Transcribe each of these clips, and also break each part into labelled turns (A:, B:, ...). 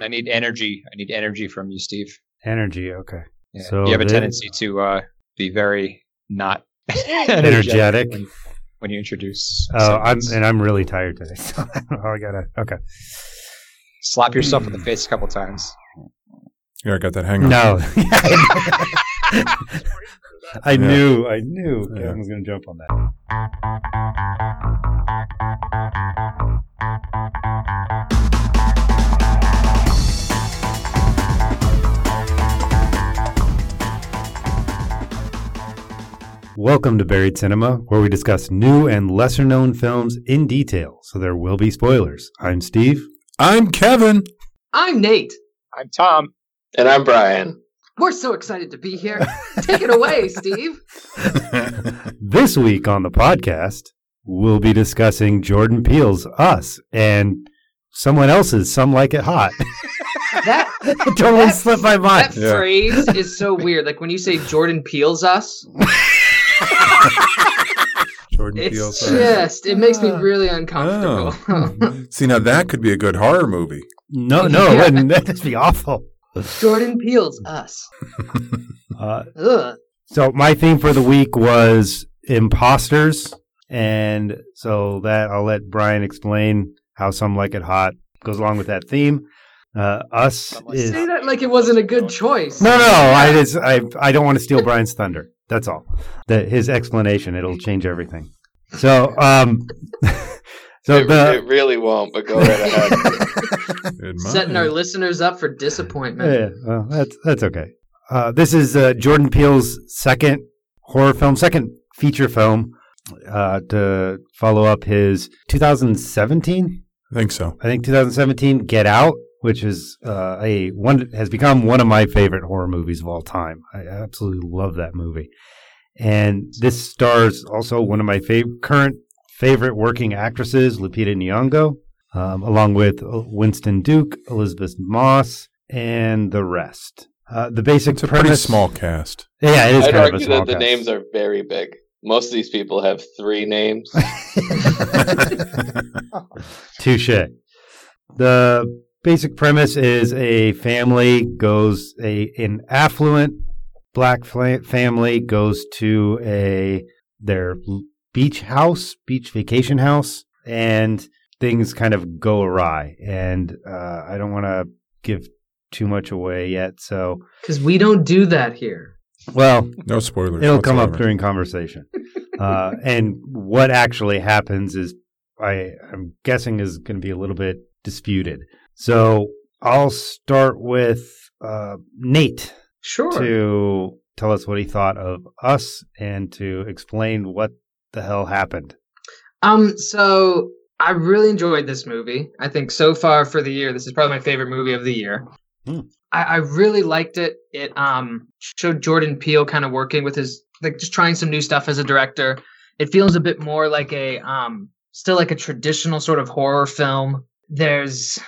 A: I need energy. I need energy from you, Steve.
B: Energy. Okay.
A: Yeah.
B: So
A: you have a
B: then-
A: tendency to uh, be very not energetic
B: Energetic.
A: when, when you introduce.
B: Oh, I'm
A: sentence.
B: and I'm really tired today. So I gotta. Okay.
A: slap yourself in the face a couple times.
C: Yeah, I got that. Hang on.
B: No. I
C: Yeah.
B: knew. I knew
C: Yeah.
B: Kevin was gonna jump on that. Welcome to Buried Cinema, where we discuss new and lesser known films in detail, so there will be spoilers. I'm Steve.
C: I'm Kevin.
D: I'm Nate.
A: I'm Tom.
E: And I'm Brian.
D: We're so excited to be here. Take it away, Steve.
B: This week on the podcast, we'll be discussing Jordan Peele's Us and someone else's Some Like It Hot.
D: That
B: it totally
D: That's-
B: slipped my mind.
D: that
C: Yeah.
D: phrase is so weird. Like when you say Jordan peels us,
C: Jordan Peele.
D: it's
C: sorry.
D: just it makes me
B: Ah.
D: really uncomfortable.
C: Oh. See, now that could be a good horror movie.
B: No, no,
D: Yeah.
B: wouldn't that just be awful?
D: Jordan peels us.
B: Uh,
D: Ugh.
B: so my theme for the week was imposters, and so that I'll let Brian explain how Some Like It Hot goes along with that theme. Uh, us
A: Some Like It
B: is
D: Say that like it wasn't a good choice.
B: No, no, I just I I don't want to steal Brian's thunder. That's all. That his explanation it'll change everything. So um, so
E: it,
B: the
E: it really won't, but go right ahead.
C: In my-
D: Setting our listeners up for disappointment.
B: yeah, well, that's that's okay. Uh, this is uh, Jordan Peele's second horror film, second feature film uh, to follow up his 2017
C: I think so.
B: I think 2017, Get Out, which is uh, a one has become one of my favorite horror movies of all time. I absolutely love that movie, and this stars also one of my fav- current favorite working actresses, Lupita Nyong'o, um, along with Winston Duke, Elizabeth Moss, and the rest. Uh, the basic
C: It's a pretty
B: premise,
C: small cast.
B: Yeah, it is
E: I'd
B: kind of a
E: argue
B: small
E: that the
B: cast.
E: names are very big. Most of these people have three names.
B: Touche. The basic premise is a family goes a an affluent black fla- family goes to a their beach house, beach vacation house, and things kind of go awry. And uh, I don't want to give too much away yet. So,
D: Because we don't do that here.
B: well,
C: No spoilers.
B: It'll come up
C: whatsoever.
B: during conversation. uh, and what actually happens is, I, I'm guessing, is going to be a little bit disputed. So I'll start with uh, Nate
D: Sure.
B: to tell us what he thought of us and to explain what the hell happened.
D: Um, so I really enjoyed this movie. I think so far for the year, this is probably my favorite movie of the year.
B: Hmm.
D: I, I really liked it. It um showed Jordan Peele kind of working with his like just trying some new stuff as a director. It feels a bit more like a um still like a traditional sort of horror film. There's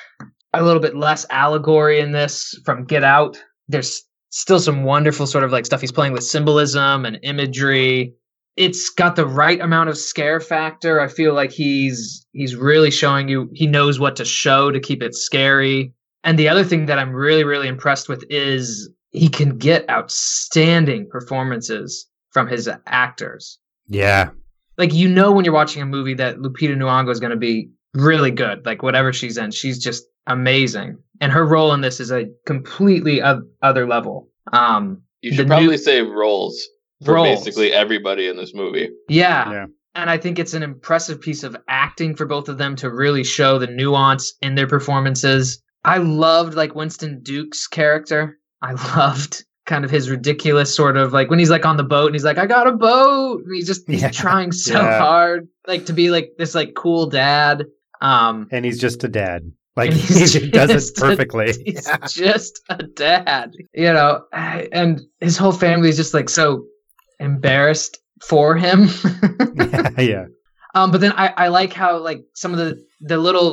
D: a little bit less allegory in this from Get Out. There's still some wonderful sort of like stuff he's playing with symbolism and imagery it's got the right amount of scare factor. I feel like he's he's really showing you he knows what to show to keep it scary. And the other thing that I'm really really impressed with is he can get outstanding performances from his actors.
B: Yeah.
D: Like you know when you're watching a movie that Lupita Nyong'o is going to be really good. Like whatever she's in, she's just amazing. And her role in this is a completely o- other level. Um
E: You
D: The
E: should
D: new-
E: probably say roles for
D: roles.
E: basically everybody in this movie.
D: Yeah.
B: Yeah.
D: And I think it's an impressive piece of acting for both of them to really show the nuance in their performances. I loved like Winston Duke's character. I loved kind of his ridiculous sort of like when he's like on the boat and he's like, I got a boat. And he's just he's
B: Yeah.
D: trying so
B: Yeah.
D: hard, like to be like this like cool dad. Um
B: And he's just a dad. Like,
D: And he's
B: he does it
D: just a-
B: perfectly.
D: he's just a dad you know and his whole family is just like so embarrassed for him
B: yeah.
D: Um, but then I, I like how like some of the the little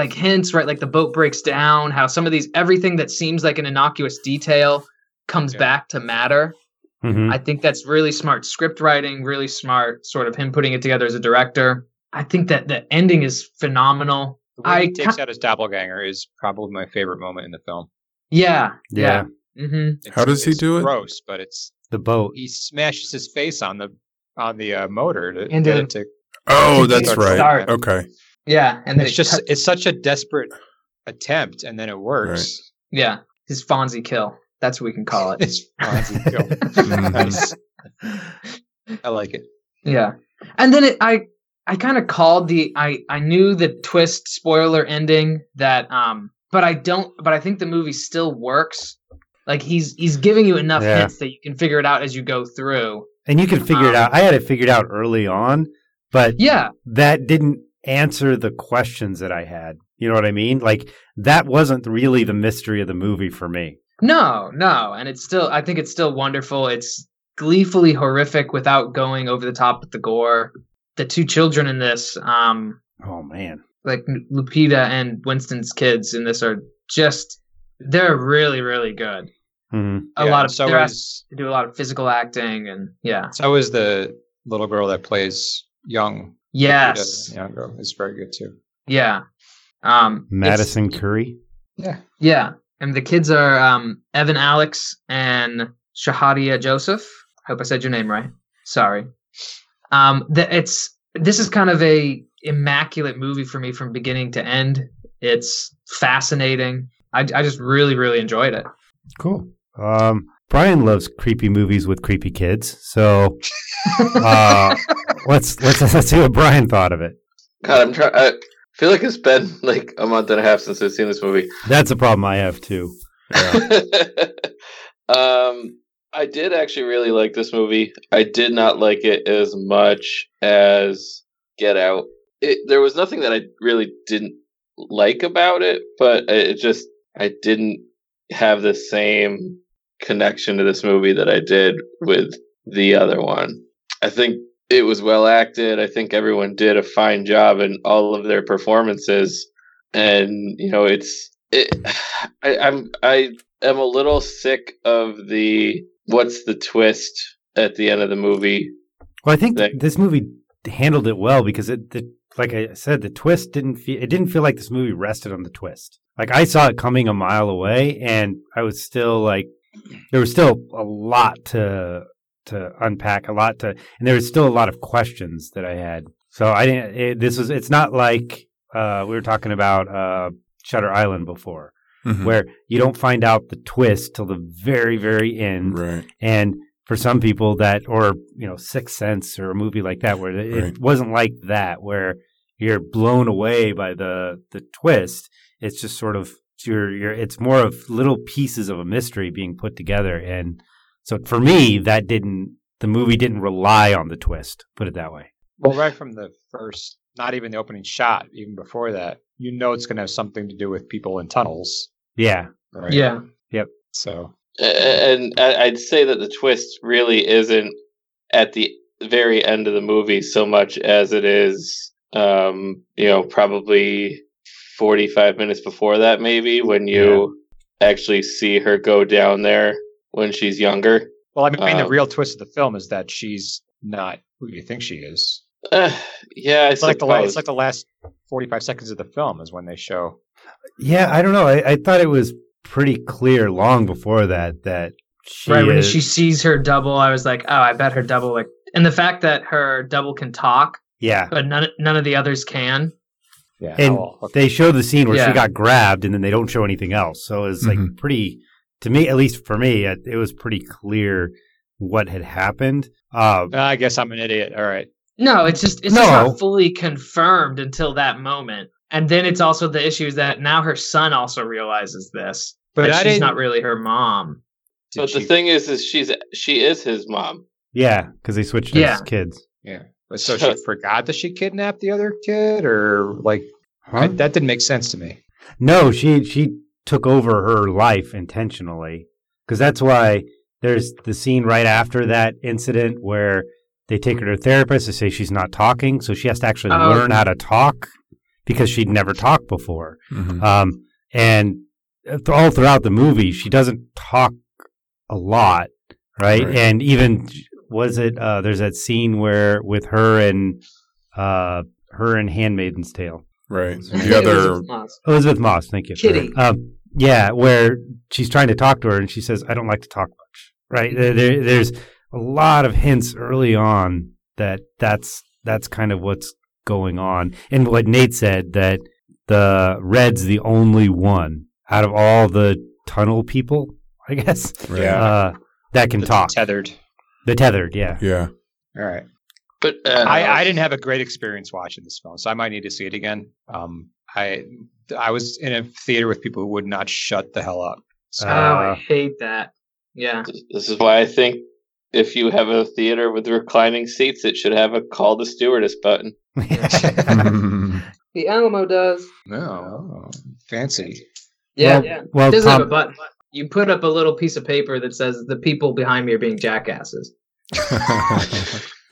D: like hints, right? Like the boat breaks down, how some of these everything that seems like an innocuous detail comes
A: Yeah.
D: back to matter.
B: Mhm.
D: I think that's really smart script writing, really smart sort of him putting it together as a director. I think that the ending is phenomenal.
A: The way
D: I
A: he takes
D: ki-
A: out his doppelganger is probably my favorite moment in the film.
D: Yeah.
B: Yeah.
D: hmm
A: It's-
C: How does he
A: it's
C: do it?
A: Gross, but it's
B: The boat.
A: he smashes his face on the on the uh, motor to
D: And
A: get
D: the-
A: it to.
C: Oh,
D: To
C: that's right.
D: kickstart.
C: Okay.
D: Yeah. And
A: And
D: then
A: it's
D: it
A: just
D: cut-
A: it's such a desperate attempt, and then it works.
D: yeah, his Fonzie kill. That's what we can call it.
A: It's Fonzie kill.
C: Mm-hmm.
A: Nice. I like it.
D: Yeah. And then it, I I kind of called the I I knew the twist spoiler ending that um but I don't but I think the movie still works. Like he's he's giving you enough
B: Yeah.
D: hints that you can figure it out as you go through.
B: And you can figure it
D: Um,
B: out. I had it figured out early on, but
D: Yeah.
B: that didn't answer the questions that I had. You know what I mean? Like that wasn't really the mystery of the movie for me.
D: No, no. And it's still I think it's still wonderful. It's gleefully horrific without going over the top with the gore. The two children in this um
B: Oh man.
D: like Lupita and Winston's kids in this are just they're really really good.
B: Mhm.
D: A
A: Yeah,
D: lot of
A: so
D: they're
A: is
D: to do a lot of physical acting and yeah.
A: so is the little girl that plays young.
D: Yes.
A: young girl is very good too.
D: Yeah. Um it's-
B: Madison Curry.
A: Yeah,
D: Yeah. And the kids are um Evan Alex and Shahadia Joseph. I hope I said your name right. Sorry. Um that it's this is kind of a immaculate movie for me from beginning to end. It's fascinating. I, I just really really enjoyed it.
B: Cool. Um, Brian loves creepy movies with creepy kids, so uh, let's let's let's see what Brian thought of it.
E: God, I'm trying. I feel like it's been like a month and a half since I've seen this movie.
B: That's a problem I have too.
E: um, I did actually really like this movie. I did not like it as much as Get Out. It, there was nothing that I really didn't like about it, but it it just I didn't have the same connection to this movie that I did with the other one. I think it was well acted. I think everyone did a fine job in all of their performances, and you know it's. It, I, I'm I am a little sick of the what's the twist at the end of the movie.
B: Well, I think
E: Thank-
B: this movie handled it well because it, the, like I said, the twist didn't feel it didn't feel like this movie rested on the twist. Like I saw it coming a mile away, and I was still like, there was still a lot to to unpack, a lot to, and there was still a lot of questions that I had. So I didn't. It, this was. It's not like uh, we were talking about uh, Shutter Island before,
C: Mhm.
B: where you don't find out the twist till the very, very end,
C: Right.
B: and for some people that or you know sixth sense or a movie like that where it
C: Right.
B: wasn't like that where you're blown away by the the twist it's just sort of you're, you're it's more of little pieces of a mystery being put together and so for me that didn't the movie didn't rely on the twist put it that way
A: well, right from the first, not even the opening shot, even before that, you know it's going to have something to do with people in tunnels,
B: yeah
A: right?
D: Yeah.
A: So
E: A- And I- I'd say that the twist really isn't at the very end of the movie so much as it is, um, you know, probably 45 minutes before that, maybe when you actually see her go down there when she's younger.
A: Well, I mean, the
E: Um,
A: real twist of the film is that she's not who you think she is.
E: Uh, yeah, I
A: It's like the la-
E: suppose.
A: it's like the last forty-five seconds of the film is when they show.
B: yeah i don't know i, I thought it was pretty clear long before that that she
D: right when
B: is-
D: she sees her double, I was like, "Oh, I bet her double like." And the fact that her double can talk,
B: yeah
D: but none none of the others can.
A: Yeah,
B: And
A: oh, okay.
B: they show the scene where she
D: Yeah.
B: got grabbed and then they don't show anything else. So it's like
C: Mhm.
B: pretty to me, at least for me, it, it was pretty clear what had happened. Uh,
A: Uh, I guess I'm an idiot. All right,
D: No, it's just it's just
B: No.
D: not fully confirmed until that moment. And then it's also the issue is that now her son also realizes this,
A: but
D: but
A: I
D: she's
A: didn't.
D: not really her mom.
A: did
E: but the
A: she-
E: thing is, is she's she is his mom.
B: yeah, because they switched
D: Yeah.
B: as kids.
A: yeah. But so she forgot that she kidnapped the other kid, or like I- that didn't make sense to me.
B: No, she she took over her life intentionally because that's why there's the scene right after that incident where they take her to a therapist. They say she's not talking, so she has to actually
D: Oh.
B: learn how to talk because she'd never talked before.
C: Mhm.
B: Um, and uh, th- all throughout the movie, she doesn't talk a lot, right?
C: Right.
B: And even was it uh, there's that scene where with her and uh, her and Handmaiden's Tale
C: right?
D: I
C: The
D: think it was
C: other
D: just Moss.
B: Elizabeth Moss, thank you.
D: Kitty.
B: Um, yeah, where she's trying to talk to her and she says, I don't like to talk much, right? There, there, there's a lot of hints early on that that's, that's kind of what's going on. And what Nate said, that the Red's the only one out of all the tunnel people, I guess,
C: right.
A: Yeah.
B: uh, that can
A: The
B: talk.
A: Tethered.
B: The tethered, yeah.
C: yeah.
A: All right.
E: But uh,
A: I, I didn't have a great experience watching this film, so I might need to see it again. Um, I I was in a theater with people who would not shut the hell up. So,
D: Oh,
B: Uh,
D: I hate that. Yeah.
E: This is why I think if you have a theater with reclining seats, it should have a call the stewardess button.
B: Mm-hmm.
C: Mm-hmm.
D: The Alamo does.
A: no, fancy.
D: Yeah,
B: Well-
D: yeah.
B: well,
D: It doesn't have a
B: Tom,
D: button. You put up a little piece of paper that says the people behind me are being jackasses.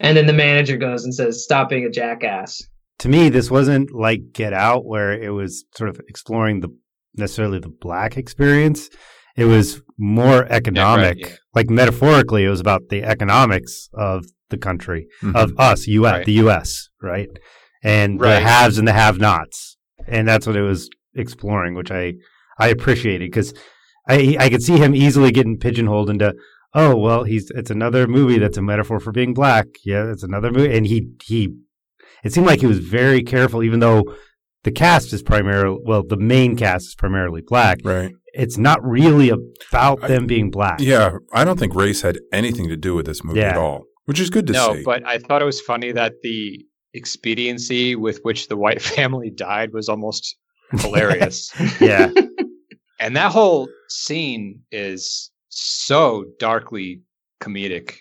D: And then the manager goes and says, Stop being a jackass.
B: to me, this wasn't like Get Out, where it was sort of exploring the necessarily the black experience. It was more economic,
A: yeah.
B: like metaphorically, it was about the economics of the country, of us, U.S.,
A: Mm-hmm. Right.
B: the U.S., right, and
A: Right.
B: the haves and the have-nots, and that's what it was exploring, which I I appreciated because I I could see him easily getting pigeonholed into. Oh well, he's it's another movie that's a metaphor for being black. Yeah, it's another movie, and he he it seemed like he was very careful, even though the cast is primarily well, the main cast is primarily black.
C: right.
B: It's not really about
C: I-
B: them being black.
C: Yeah, I don't think race had anything to do with this movie at
B: Yeah.
C: all, which is good to
A: No,
C: see.
A: but I thought it was funny that the expediency with which the white family died was almost hilarious.
B: yeah,
A: and that whole scene is so darkly comedic.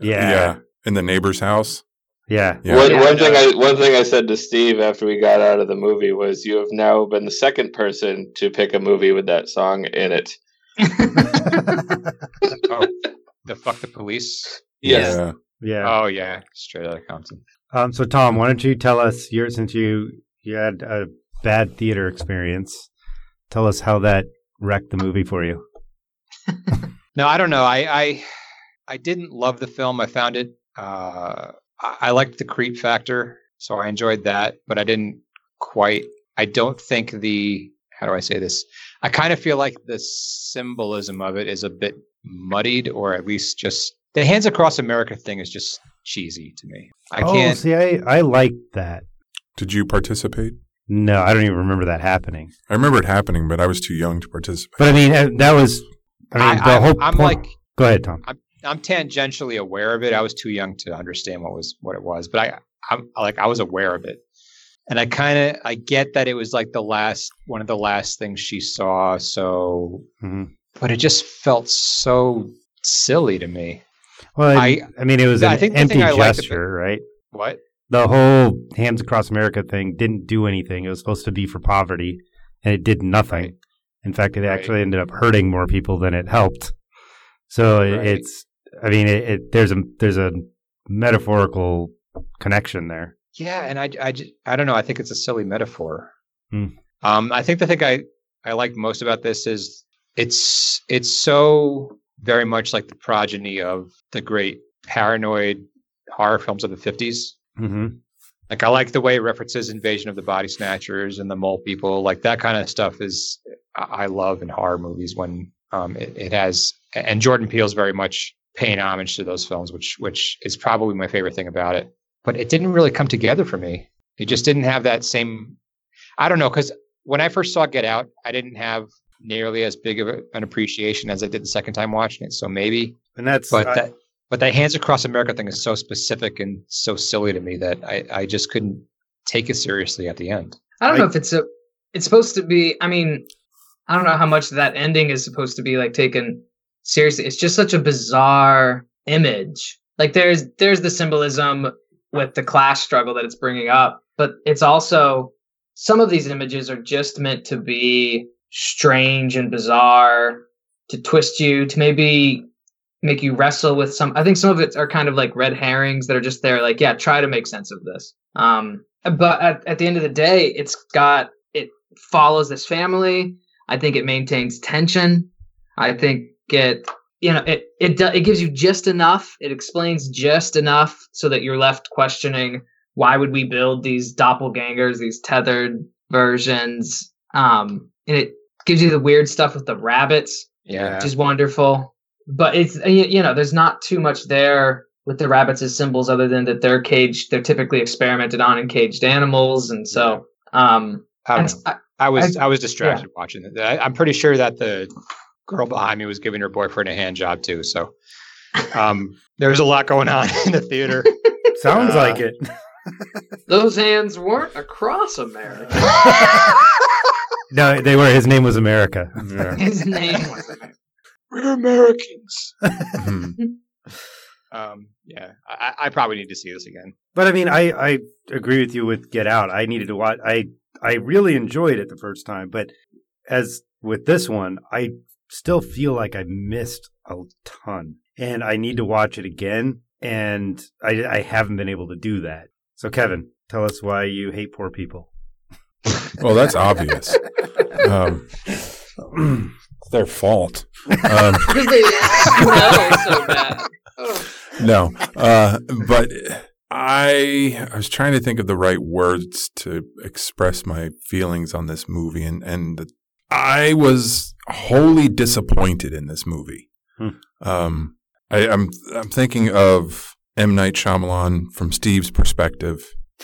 B: yeah, yeah,
C: yeah, in the neighbor's house.
B: yeah.
C: Yeah.
E: One,
D: Yeah.
E: one thing I one thing I said to Steve after we got out of the movie was, "You have now been the second person to pick a movie with that song in it."
A: Oh, the fuck the police.
E: Yes.
C: Yeah.
A: Oh yeah, straight out of Compton.
B: Um, so Tom, why don't you tell us your since you you had a bad theater experience, tell us how that wrecked the movie for you.
A: No, I don't know. I I, I didn't love the film. I found it. Uh, I, I liked the creep factor, so I enjoyed that, but I didn't quite. I don't think the how do I say this? I kind of feel like the symbolism of it is a bit muddied, or at least just the hands across America thing is just cheesy to me. I
B: Oh,
A: can't.
B: see, I I like that.
C: Did you participate?
B: No, I don't even remember that happening.
C: I remember it happening, but I was too young to participate.
B: But I mean, uh, that was. I mean, the
A: I,
B: whole.
A: I'm
B: point-
A: like
B: go ahead, Tom.
A: I'm tangentially aware of it. I was too young to understand what was what it was, but I I'm like I was aware of it. And I kind of I get that it was like the last one of the last things she saw, so
B: hmm
A: but it just felt so silly to me.
B: Well, I,
A: I
B: I mean, it was
A: I
B: an
A: think the
B: empty
A: thing I liked
B: gesture, right?
A: what?
B: The whole Hands Across America thing didn't do anything. It was supposed to be for poverty, and it did nothing.
A: Right.
B: In fact, it
A: Right.
B: actually ended up hurting more people than it helped. So it-
A: Right.
B: it's, I mean, it, it, there's a there's a metaphorical connection there.
A: Yeah, and I I ju- I don't know, I think it's a silly metaphor.
B: Hmm.
A: Um I think the thing I I like most about this is it's it's so very much like the progeny of the great paranoid horror films of the 50s
B: hmm
A: Like I like the way it references Invasion of the Body Snatchers and the Mole People. Like that kind of stuff is I I love in horror movies when um, it, it has. And Jordan Peele's very much paying homage to those films, which which is probably my favorite thing about it. But it didn't really come together for me. It just didn't have that same. I don't know because when I first saw Get Out, I didn't have nearly as big of a- an appreciation as I did the second time watching it. So maybe
B: And that's uh,
A: but
B: I-
A: that but that hands across America thing is so specific and so silly to me that I, I just couldn't take it seriously at the end.
D: I don't
B: I-
D: know if it's a. It's supposed to be. I mean, I don't know how much that ending is supposed to be like taken seriously. It's just such a bizarre image. Like there's there's the symbolism with the class struggle that it's bringing up, but it's also some of these images are just meant to be strange and bizarre to twist you to maybe make you wrestle with some i think some of it are kind of like red herrings that are just there like yeah try to make sense of this um but at, at the end of the day it's got it follows this family i think it maintains tension i think it you know it it do- it gives you just enough it explains just enough so that you're left questioning why would we build these doppelgangers these tethered versions. Um, and it gives you the weird stuff with the rabbits,
A: Yeah.
D: which is wonderful. But it's y- you know, there's not too much there with the rabbits as symbols, other than that they're caged. They're typically experimented on in caged animals, and so um,
A: I don't know.
D: I-
A: I was I, was distracted watching it. I, I'm pretty sure that the girl behind me was giving her boyfriend a hand job too. So um, there was a lot going on in the theater.
B: Sounds
A: Uh,
B: like it.
D: those hands weren't across America.
B: No, they were. His name was America.
C: Yeah.
D: His name was America.
A: We're Americans.
C: Hmm.
A: Um, yeah, I, I probably need to see this again.
B: But I mean, I, I agree with you with Get Out. I needed to watch. I I really enjoyed it the first time, but as with this one, I still feel like I missed a ton, and I need to watch it again. And I I haven't been able to do that. So Kevin, tell us why you hate poor people.
C: Well, that's obvious. Um, it's their fault. Um,
D: Because they smell so bad. Ugh.
C: no, uh, but I I was trying to think of the right words to express my feelings on this movie, and and I was wholly disappointed in this movie.
B: Hmm.
C: Um, I, I'm I'm thinking of M Night Shyamalan from Steve's perspective,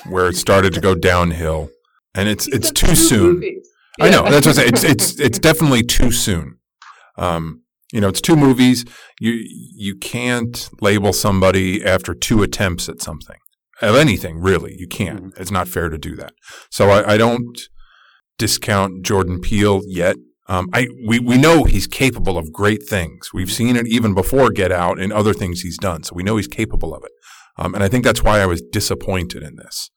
C: where it started to go downhill, and it's
D: He's
C: it's
D: done
C: too
D: two
C: soon.
D: movies.
C: I
D: Yeah.
C: know that's what I'm saying. It's it's it's definitely too soon. Um, you know, it's two movies. You you can't label somebody after two attempts at something of anything really. You can't. It's not fair to do that. So I, I don't discount Jordan Peele yet. Um, I we we know he's capable of great things. We've seen it even before Get Out and other things he's done. So we know he's capable of it. Um, and I think that's why I was disappointed in this.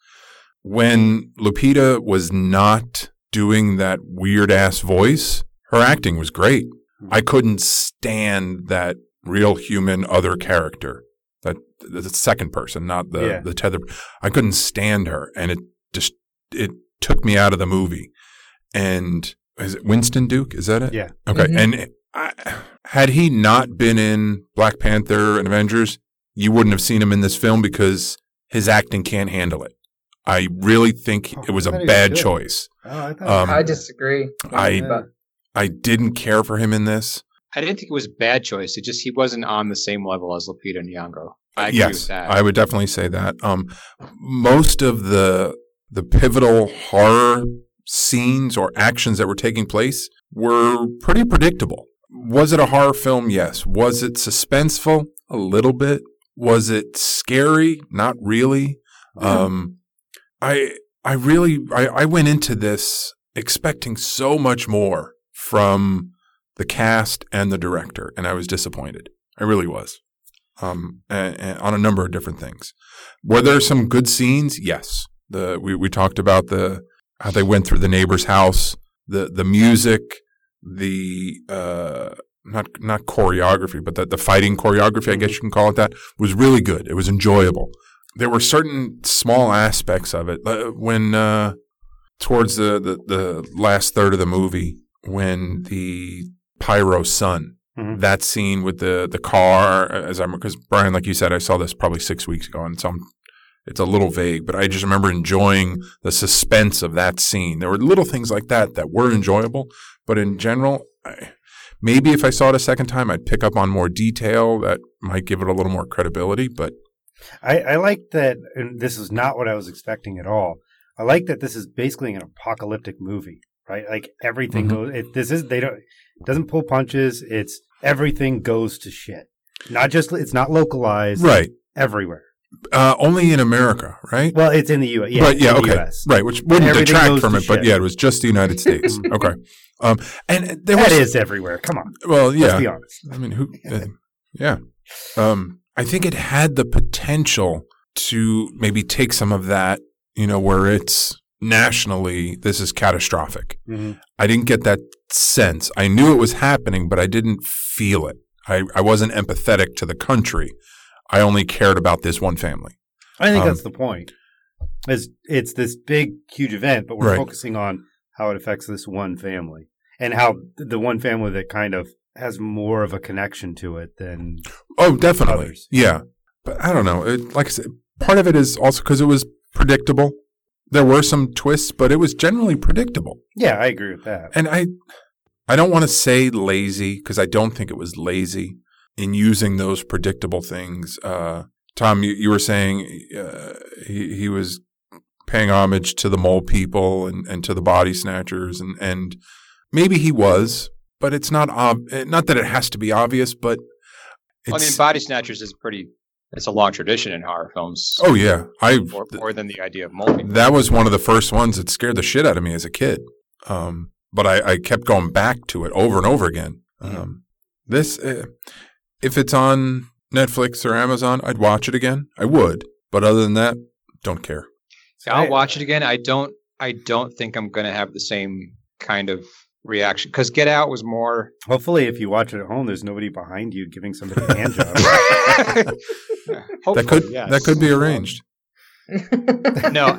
C: When Lupita was not doing that weird ass voice, her acting was great. I couldn't stand that real human other character, that the the second person, not the
B: Yeah.
C: the tether. I couldn't stand her, and it just it took me out of the movie. And is it Winston Duke? Is that it?
B: Yeah.
C: Okay.
D: Mhm.
C: And I, had he not been in Black Panther and Avengers, you wouldn't have seen him in this film because his acting can't handle it. I really think
B: Oh,
C: it was
B: I
C: a
B: thought he was
C: bad
B: good.
C: choice.
B: Oh, I
C: Um,
D: I disagree.
C: I-
D: But-
C: I didn't care for him in this.
A: I didn't think it was a bad choice. It just he wasn't on the same level as Lupita Nyong'o. I agree
C: yes,
A: with that.
C: I would definitely say that. Um, most of the the pivotal horror scenes or actions that were taking place were pretty predictable. Was it a horror film? Yes. Was it suspenseful? A little bit. Was it scary? Not really. Um, I I really I, I went into this expecting so much more from the cast and the director, and I was disappointed. I really was. Um, and, and on a number of different things. Were there some good scenes? Yes. The we, we talked about the how they went through the neighbor's house, the the music, the uh, not not choreography, but the, the fighting choreography, I guess you can call it that, was really good. It was enjoyable there were certain small aspects of it Uh, when uh, towards the, the, the last third of the movie when the pyro sun
B: Mhm.
C: that scene with the the car as i'm because brian like you said i saw this probably six weeks ago and so I'm, it's a little vague but i just remember enjoying the suspense of that scene there were little things like that that were enjoyable but in general I, maybe if i saw it a second time i'd pick up on more detail that might give it a little more credibility but
B: I, I like that, and this is not what I was expecting at all. I like that this is basically an apocalyptic movie, right? Like everything
C: Mhm.
B: goes. It, this is they don't it doesn't pull punches. It's everything goes to shit. Not just it's not localized.
C: right
B: everywhere.
C: Uh, only in America, right?
B: Well, it's in the U.S. Yeah,
C: but yeah,
B: in the
C: okay,
B: US.
C: right. Which wouldn't
B: Everything
C: detract
B: goes
C: from
B: to
C: it, but
B: shit.
C: yeah, it was just the United States. okay, um, and there
B: That
C: was
B: is everywhere. Come on,
C: well,
B: let's be
C: yeah.
B: honest.
C: I mean, who? uh, yeah, um, I think it had the potential to maybe take some of that, you know, where it's nationally this is catastrophic.
B: Mm-hmm.
C: I didn't get that sense. I knew it was happening, but I didn't feel it. I, I wasn't empathetic to the country. I only cared about this one family.
B: I think
C: Um,
B: that's the point. It's it's this big, huge event, but we're
C: Right.
B: focusing on how it affects this one family and how the one family that kind of has more of a connection to it than
C: Oh, definitely.
B: others.
C: Yeah. But I don't know. It, like I said, part of it is also because it was predictable. There were some twists, but it was generally predictable.
B: Yeah, I agree with that.
C: And I I don't want to say lazy because I don't think it was lazy in using those predictable things. Uh, Tom, you, you were saying uh, he, he was paying homage to the mole people and, and to the body snatchers, and, and maybe he was, but it's not ob- eh, not that it has to be obvious, but
A: I mean,
C: it's
A: body snatchers is pretty. It's a long tradition in horror films.
C: oh yeah, I
A: more, more than the idea of mole people.
C: that was one of the first ones that scared the shit out of me as a kid. Um, but I, I kept going back to it over and over again. Um, this, uh, if it's on Netflix or Amazon, I'd watch it again. I would, but other than that, don't care.
A: I'll watch it again. I don't. I don't think I'm going to have the same kind of reaction because Get Out was more.
B: Hopefully, if you watch it at home, there's nobody behind you giving somebody a hand job.
A: Hopefully,
C: that could
A: Oh, yes.
C: that could be arranged.
A: No,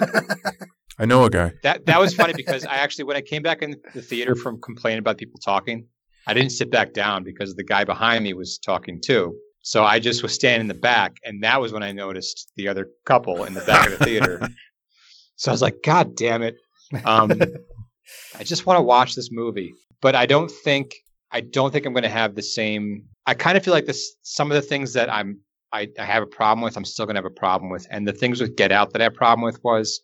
C: I know a guy.
A: that that was funny because I actually when I came back in the theater from complaining about people talking, I didn't sit back down because the guy behind me was talking too. So I just was standing in the back, and that was when I noticed the other couple in the back of the theater. So I was like, God damn it! Um, I just want to watch this movie, but I don't think I don't think I'm going to have the same. I kind of feel like this. Some of the things that I'm I, I have a problem with, I'm still going to have a problem with, and the things with Get Out that I have a problem with was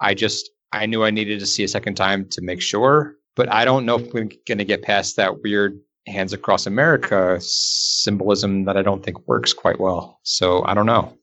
A: I just I knew I needed to see a second time to make sure, but I don't know if we're going to get past that weird hands across America symbolism that I don't think works quite well. So I don't know.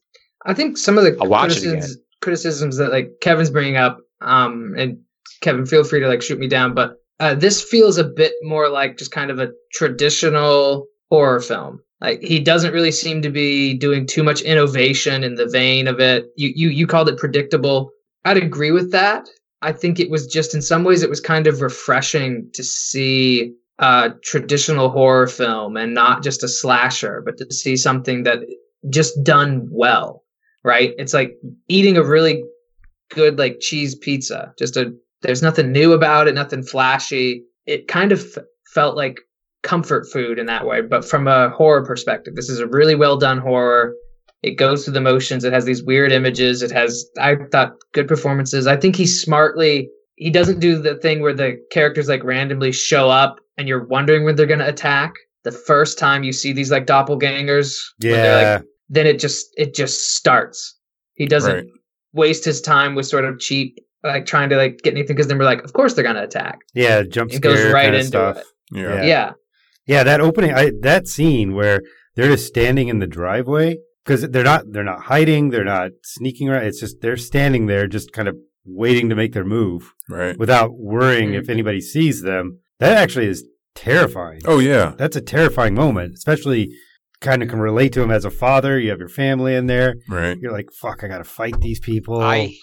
D: I think some of the
A: I'll watch it again.
D: criticisms, criticisms that like Kevin's bringing up, um, and Kevin, feel free to like shoot me down, but uh, this feels a bit more like just kind of a traditional horror film. Like he doesn't really seem to be doing too much innovation in the vein of it. You you you called it predictable. I'd agree with that. I think it was just in some ways it was kind of refreshing to see a traditional horror film and not just a slasher, but to see something that just done well, right? It's like eating a really good like cheese pizza. Just a there's nothing new about it, nothing flashy. It kind of f- felt like comfort food in that way, but from a horror perspective, this is a really well done horror. It goes through the motions. It has these weird images. It has I thought good performances. I think he smartly he doesn't do the thing where the characters like randomly show up and you're wondering when they're going to attack. The first time you see these like doppelgangers, when they're,
B: yeah,
D: like, then it just it just starts. He doesn't
C: Right.
D: waste his time with sort of cheap like trying to like get anything because then we're like, of course they're gonna attack.
B: yeah, jump
D: It goes
B: scare
D: right
B: kind of
D: into
B: stuff.
D: it.
C: Yeah.
B: Yeah.
D: Yeah,
B: Yeah, that opening, I, that scene where they're just standing in the driveway because they're not they're not hiding, they're not sneaking around. It's just they're standing there, just kind of waiting to make their move
C: Right.
B: without worrying if anybody sees them. That actually is terrifying.
C: Oh yeah.
B: That's a terrifying moment, especially kind of can relate to him as a father. You have your family in there.
C: Right.
B: You're like, fuck, I gotta fight these people.
A: I hate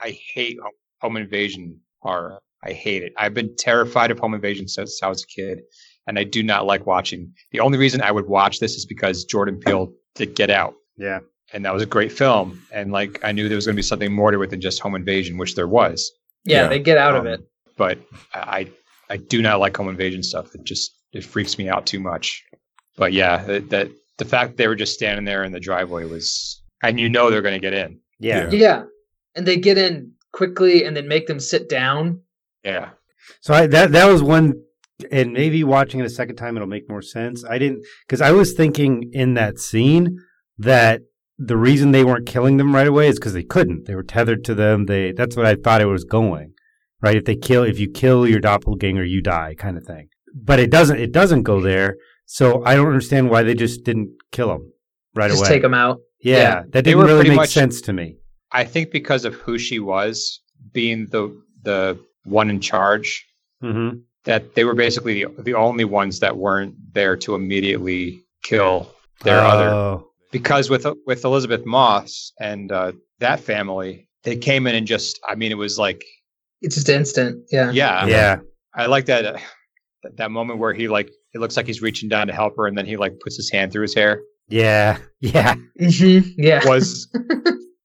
A: I hate home, home invasion horror. I hate it. I've been terrified of home invasion since I was a kid, and I do not like watching. The only reason I would watch this is because Jordan Peele did Get Out.
B: yeah,
A: And that was a great film. And like I knew there was going to be something more to it than just home invasion, which there was.
D: yeah,
C: Yeah.
D: They get out of
A: Um,
D: it.
A: but I I do not like home invasion stuff. It just it freaks me out too much. But yeah, that, that the fact they were just standing there in the driveway was, and you know they're going to get in.
B: yeah.
C: Yeah.
D: Yeah, and they get in quickly and then make them sit down.
A: Yeah,
B: So I, that that was one, and maybe watching it a second time it'll make more sense. I didn't because I was thinking in that scene that the reason they weren't killing them right away is because they couldn't. They were tethered to them. They that's what I thought it was going right. If they kill, if you kill your doppelganger, you die, kind of thing. But it doesn't. It doesn't go there. So I don't understand why they just didn't kill him right
D: just
B: away.
D: take them out.
B: yeah,
D: yeah.
B: that
A: They
B: didn't
A: were
B: really
A: pretty
B: make
A: much-
B: sense to me.
A: I think because of who she was being the the one in charge,
B: Mm-hmm.
A: that they were basically the, the only ones that weren't there to immediately kill their other
B: Oh,
A: because with with Elizabeth Moss and uh, that family, they came in and just I mean it was like
D: It's just instant. Yeah.
A: yeah I mean,
B: yeah,
A: I like that uh, that- that moment where he like it looks like he's reaching down to help her, and then he like puts his hand through his hair.
B: yeah, yeah,
D: Mhm, yeah.
A: Was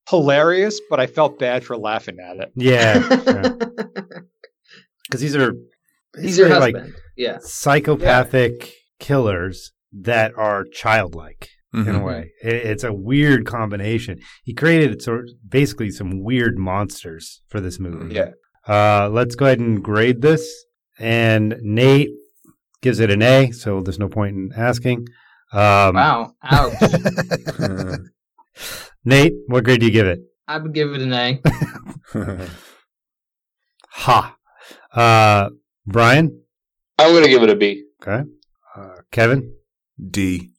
A: hilarious, but I felt bad for laughing at it.
B: yeah. Because these are
D: He's your
B: they're
D: husband. yeah.
B: psychopathic killers that are childlike. in a
C: Mhm.
B: way. It, it's a weird combination. He created sort of basically some weird monsters for this movie.
A: Yeah.
B: Uh, let's go ahead and grade this. And Nate gives it an A, so there's no point in asking. Um,
D: Wow. Ouch.
B: Nate, what grade do you give it?
D: I would give it an A.
C: Mm-hmm.
B: Ha. Uh, Brian,
E: I'm gonna give it a B.
B: uh, Kevin,
C: D.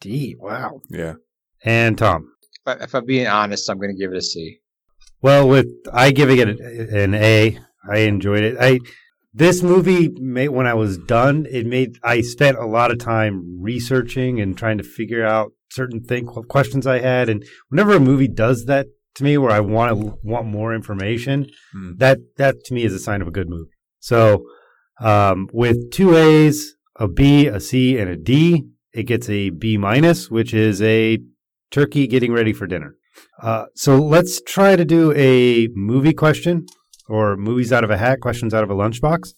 B: D. Wow.
C: Yeah.
B: And Tom.
A: But if I'm being honest, I'm going to give it a C.
B: Well, with I giving it an an A, I enjoyed it. I this movie made when I was done, it made I spent a lot of time researching and trying to figure out certain thing questions I had, and whenever a movie does that to me, where I want to want more information,
C: Mm.
B: that that to me is a sign of a good movie. So, um, with two A's, a B, a C, and a D, it gets a B minus, which is a turkey getting ready for dinner. Uh, so let's try to do a movie question or movies out of a hat, questions out of a lunchbox,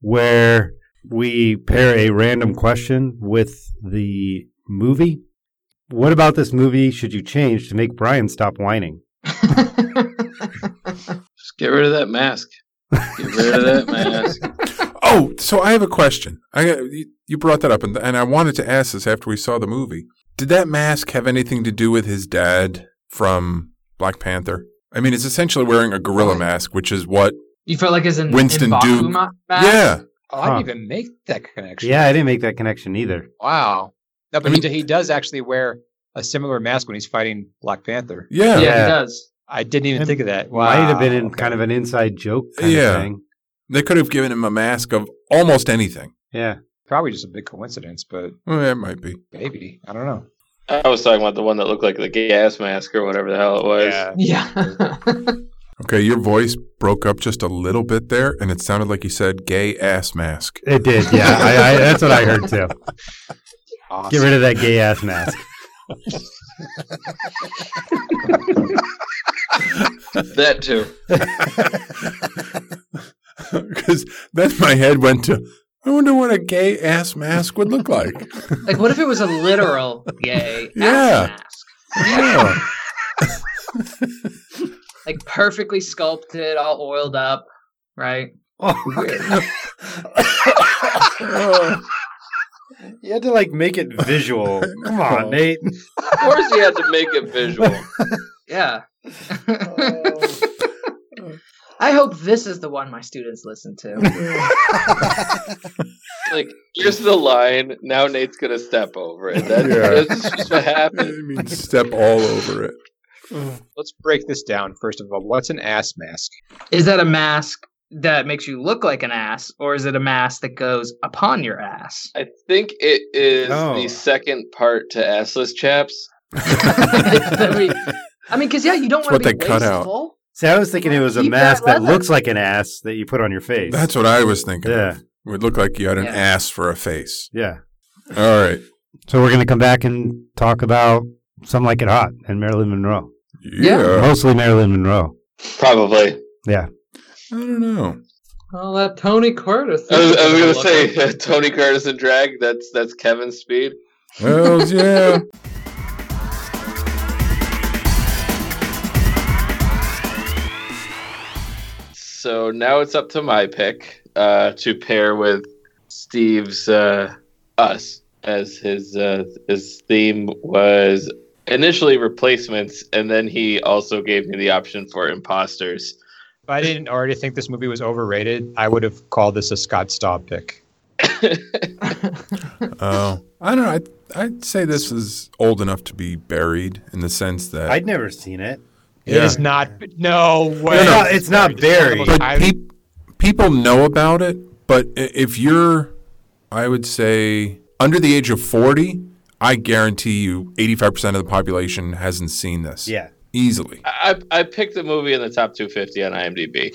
B: where we pair a random question with the movie. What about this movie should you change to make Brian stop whining?
E: Just get rid of that mask. Get rid of that mask.
C: Oh, so I have a question. I you- you brought that up, and and I wanted to ask this after we saw the movie. Did that mask have anything to do with his dad from Black Panther? I mean, it's essentially wering a gorilla mask, which is what.
D: you felt like it's in
C: Winston
D: in
C: Duke.
D: Bakuman back?
C: Yeah,
A: Oh,
B: Huh.
A: I didn't even make that connection.
B: Yeah, I didn't make that connection either.
A: Wow. No, but
C: I
A: he
C: mean-
A: he, he does actually wear a similar mask when he's fighting Black Panther.
C: yeah,
D: Yeah,
C: yeah.
B: Yeah.
D: he does.
A: I didn't even
B: And
A: think of that. Wow.
B: Might have been in
A: Okay.
B: kind of an inside joke kind
C: Yeah.
B: of thing.
C: They could have given him a mask of almost anything.
B: Yeah.
A: probably just a big coincidence, but
C: Well, that might be.
A: maybe I don't know.
E: I was talking about the one that looked like the gas mask or whatever the hell it was.
D: Yeah.
C: Okay, your voice broke up just a little bit there, and it sounded like you said "gay ass mask."
B: It did. Yeah. I, I, that's what I heard too.
A: Awesome.
B: Get rid of that gay ass mask.
E: That too.
C: Because then my head went to, I wonder what a gay ass mask would look like.
D: like, what if it was a literal gay ass
C: Yeah.
D: mask?
C: Yeah.
D: Like, perfectly sculpted, all oiled up, right?
B: Oh, you had to like make it visual. Come on, Nate.
E: Of course, you had to make it visual.
D: Yeah. I hope this is the one my students listen to.
E: Like, here's the line. Now Nate's gonna step over it. That's,
C: Yeah.
E: that's just what
C: I
E: happened.
C: mean, step all over it.
A: Let's break this down first of all. What's an ass mask?
D: Is that a mask that makes you look like an ass, or is it a mask that goes upon your ass?
E: I think it is
B: Oh.
E: the second part to Assless Chaps.
D: I mean, I mean, because yeah, you don't
C: It's
D: want to
C: what
D: be
C: they cut out.
D: wasteful.
B: See, I was thinking it was a
D: Keep that
B: mask that
D: leather.
B: looks like an ass that you put on your face.
C: That's what I was thinking.
B: yeah,
C: Would look like you had an
D: Yeah.
C: ass for a face.
B: yeah.
C: All right.
B: So we're gonna come back and talk about some like it hot and Marilyn Monroe,
C: Yeah.
B: mostly Marilyn Monroe.
E: Probably.
C: I don't know.
D: Oh, that Tony Curtis.
E: I was, I was gonna say Tony Curtis and drag. That's that's Kevin's speed.
C: Hells yeah.
E: So now it's up to my pick uh, to pair with Steve's uh, us as his uh, his theme was initially replacements, and then he also gave me the option for imposters.
A: If I didn't already think this movie was overrated, I would have called this a Scott Staub pick.
C: Oh. I don't know. I'd, I'd say this is old enough to be buried in the sense that.
B: I'd never seen it.
A: It
C: Yeah.
A: is not. No way.
B: No, no, it's not buried.
C: but
A: I-
C: peop- people know about it. But i- if you're, I would say, under the age of 40, I guarantee you 85% of the population hasn't seen this.
B: Yeah.
C: Easily.
E: I, I I picked the movie in the top 250 on IMDb.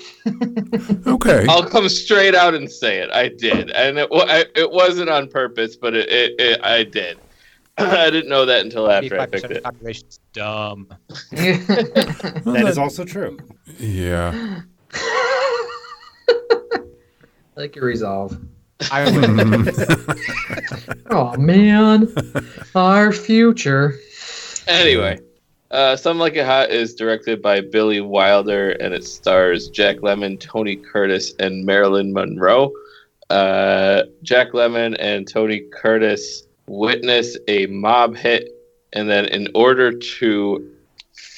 C: Okay.
B: Oh,
E: I'll come straight out and say it. I did, and it wa- I, it wasn't on purpose, but it, it, it I did. I didn't know that until after
A: 85%
E: I
A: of
E: picked
A: the
E: it.
A: population is dumb.
C: Well,
B: That
C: that-
B: is also true.
C: yeah.
D: like your resolve.
A: I would,
D: Oh man, our future.
E: Anyway, uh, Some Like It Hot is directed by Billy Wilder and it stars Jack Lemmon, Tony Curtis, and Marilyn Monroe. Uh, Jack Lemmon and Tony Curtis witness a mob hit, and then in order to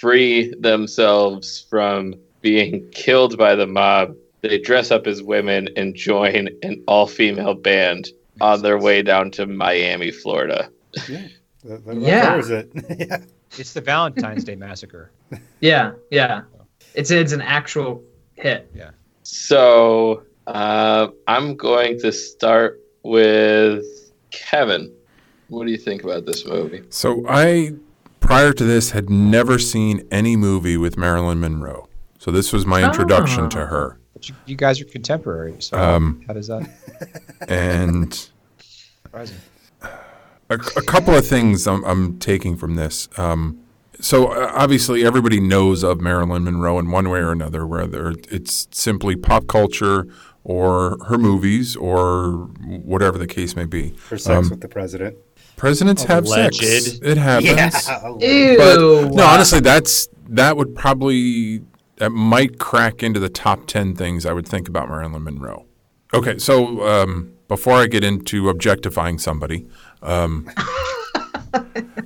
E: free themselves from being killed by the mob, they dress up as women and join an all female band on their way down to Miami, Florida.
B: That,
D: about Yeah. covers
B: it. yeah.
A: it's the Valentine's Day massacre.
D: Yeah, yeah. It's it's an actual hit.
E: So uh, I'm going to start with Kevin. What do you think about this movie?
C: So I, prior to this, had never seen any movie with Marilyn Monroe. So this was my introduction to
D: Ah.
C: her,
A: But you, you guys are contemporaries. So
C: Um,
A: how does that
C: and
A: surprise me?
C: a, a couple of things I'm, I'm taking from this. Um, so uh, obviously, everybody knows of Marilyn Monroe in one way or another, whether it's simply pop culture or her movies or whatever the case may be.
B: For
C: sex Um, with
B: the president.
C: Presidents have sex.
A: Alleged.
C: It happens.
B: Oh,
D: Ew.
C: But no, honestly, that's that would probably that might crack into the top ten things I would think about Marilyn Monroe. Okay, so um, before I get into objectifying somebody, um,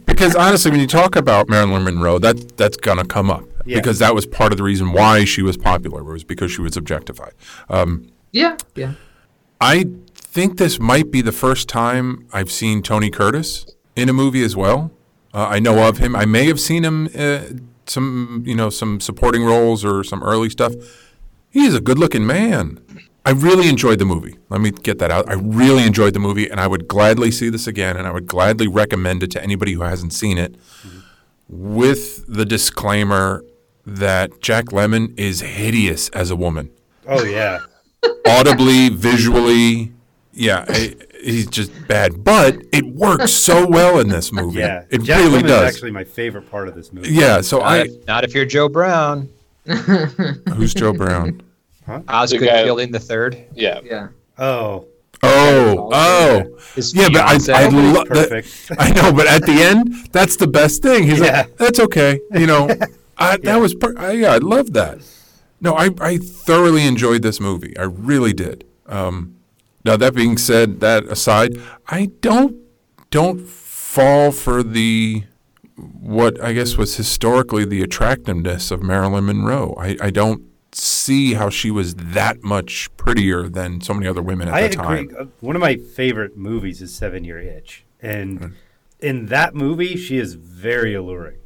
C: because honestly, when you talk about Marilyn Monroe, that that's gonna come up
B: Yeah.
C: because that was part of the reason why she was popular was because she was objectified. Um,
D: yeah, yeah.
C: I think this might be the first time I've seen Tony Curtis in a movie as well. Uh, I know of him. I may have seen him uh, some, you know, some supporting roles or some early stuff. He is a good-looking man. I really enjoyed the movie. Let me get that out. I really enjoyed the movie, and I would gladly see this again, and I would gladly recommend it to anybody who hasn't seen it, with the disclaimer that Jack Lemmon is hideous as a woman
B: Oh yeah.
C: audibly, visually. Yeah, i he's just bad, but it works so well in this movie.
B: Yeah.
C: it
B: Jack
C: really
B: Lemmon is
C: does.
B: actually my favorite part of this movie.
C: yeah, so
A: Not,
C: I
A: if, not if you're Joe Brown.
C: who's Joe Brown?
A: Osgood
E: guy-
A: Fielding the third.
E: Yeah.
D: Yeah.
B: Oh.
C: Oh, oh,
A: His
C: yeah, but I
A: fiancée.
C: I
B: Nobody's
C: love that.
B: perfect.
C: I know, but at the end, that's the best thing. He's
B: Yeah.
C: like, "That's okay," you know. I, that was per- I, yeah, I love that. No, I I thoroughly enjoyed this movie. I really did. Um, Now that being said, that aside, I don't don't fall for the what I guess was historically the attractiveness of Marilyn Monroe. I, I don't see how she was that much prettier than so many other women at
B: I
C: the
B: agree.
C: time.
B: Uh, One of my favorite movies is Seven Year Itch, and in that movie, she is very alluring.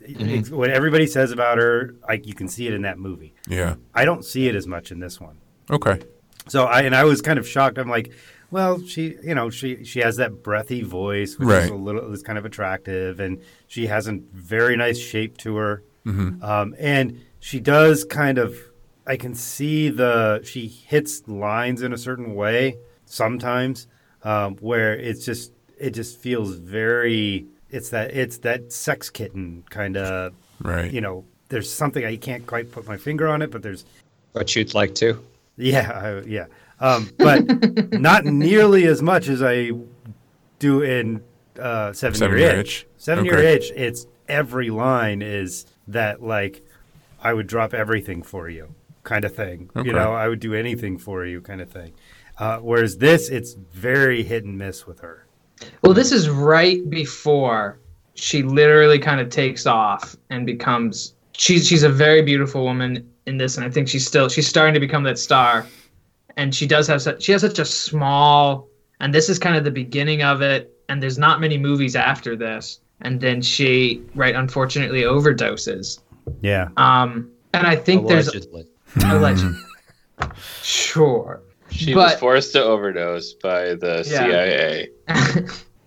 B: It's- What everybody says about her, like you can see it in that movie.
C: Yeah.
B: I don't see it as much in this one.
C: Okay.
B: So I and I was kind of shocked. I'm like, well, she, you know, she she has that breathy voice, which is
C: Right.
B: a little is kind of attractive, and she has a very nice shape to her,
C: Mm-hmm.
B: um, and she does kind of. I can see the she hits lines in a certain way sometimes, um, where it's just it just feels very. It's that it's that sex kitten kind of,
C: Right.
B: you know. There's something I can't quite put my finger on it, but there's
A: But you'd like to.
B: yeah, I, yeah, um, but not nearly as much as I do in uh, Seven,
C: Seven
B: Year
C: Year
B: Itch.
C: Itch.
B: Seven Year
C: Okay.
B: Itch. It's every line is that like I would drop everything for you kind of thing.
C: Okay.
B: You know, I would do anything for you kind of thing. Uh, whereas this, it's very hit and miss with her.
D: Well, this is right before she literally kind of takes off and becomes she's she's a very beautiful woman in this, and I think she's still she's starting to become that star, and she does have such she has such a small, and this is kind of the beginning of it, and there's not many movies after this, and then she right unfortunately overdoses,
B: Yeah,
D: um, and I
A: Oh,
D: think there's
A: Allegedly.
D: alleged.
A: Mm-hmm.
D: Sure.
E: She was
D: But-
E: forced to overdose by the
D: Yeah.
E: CIA.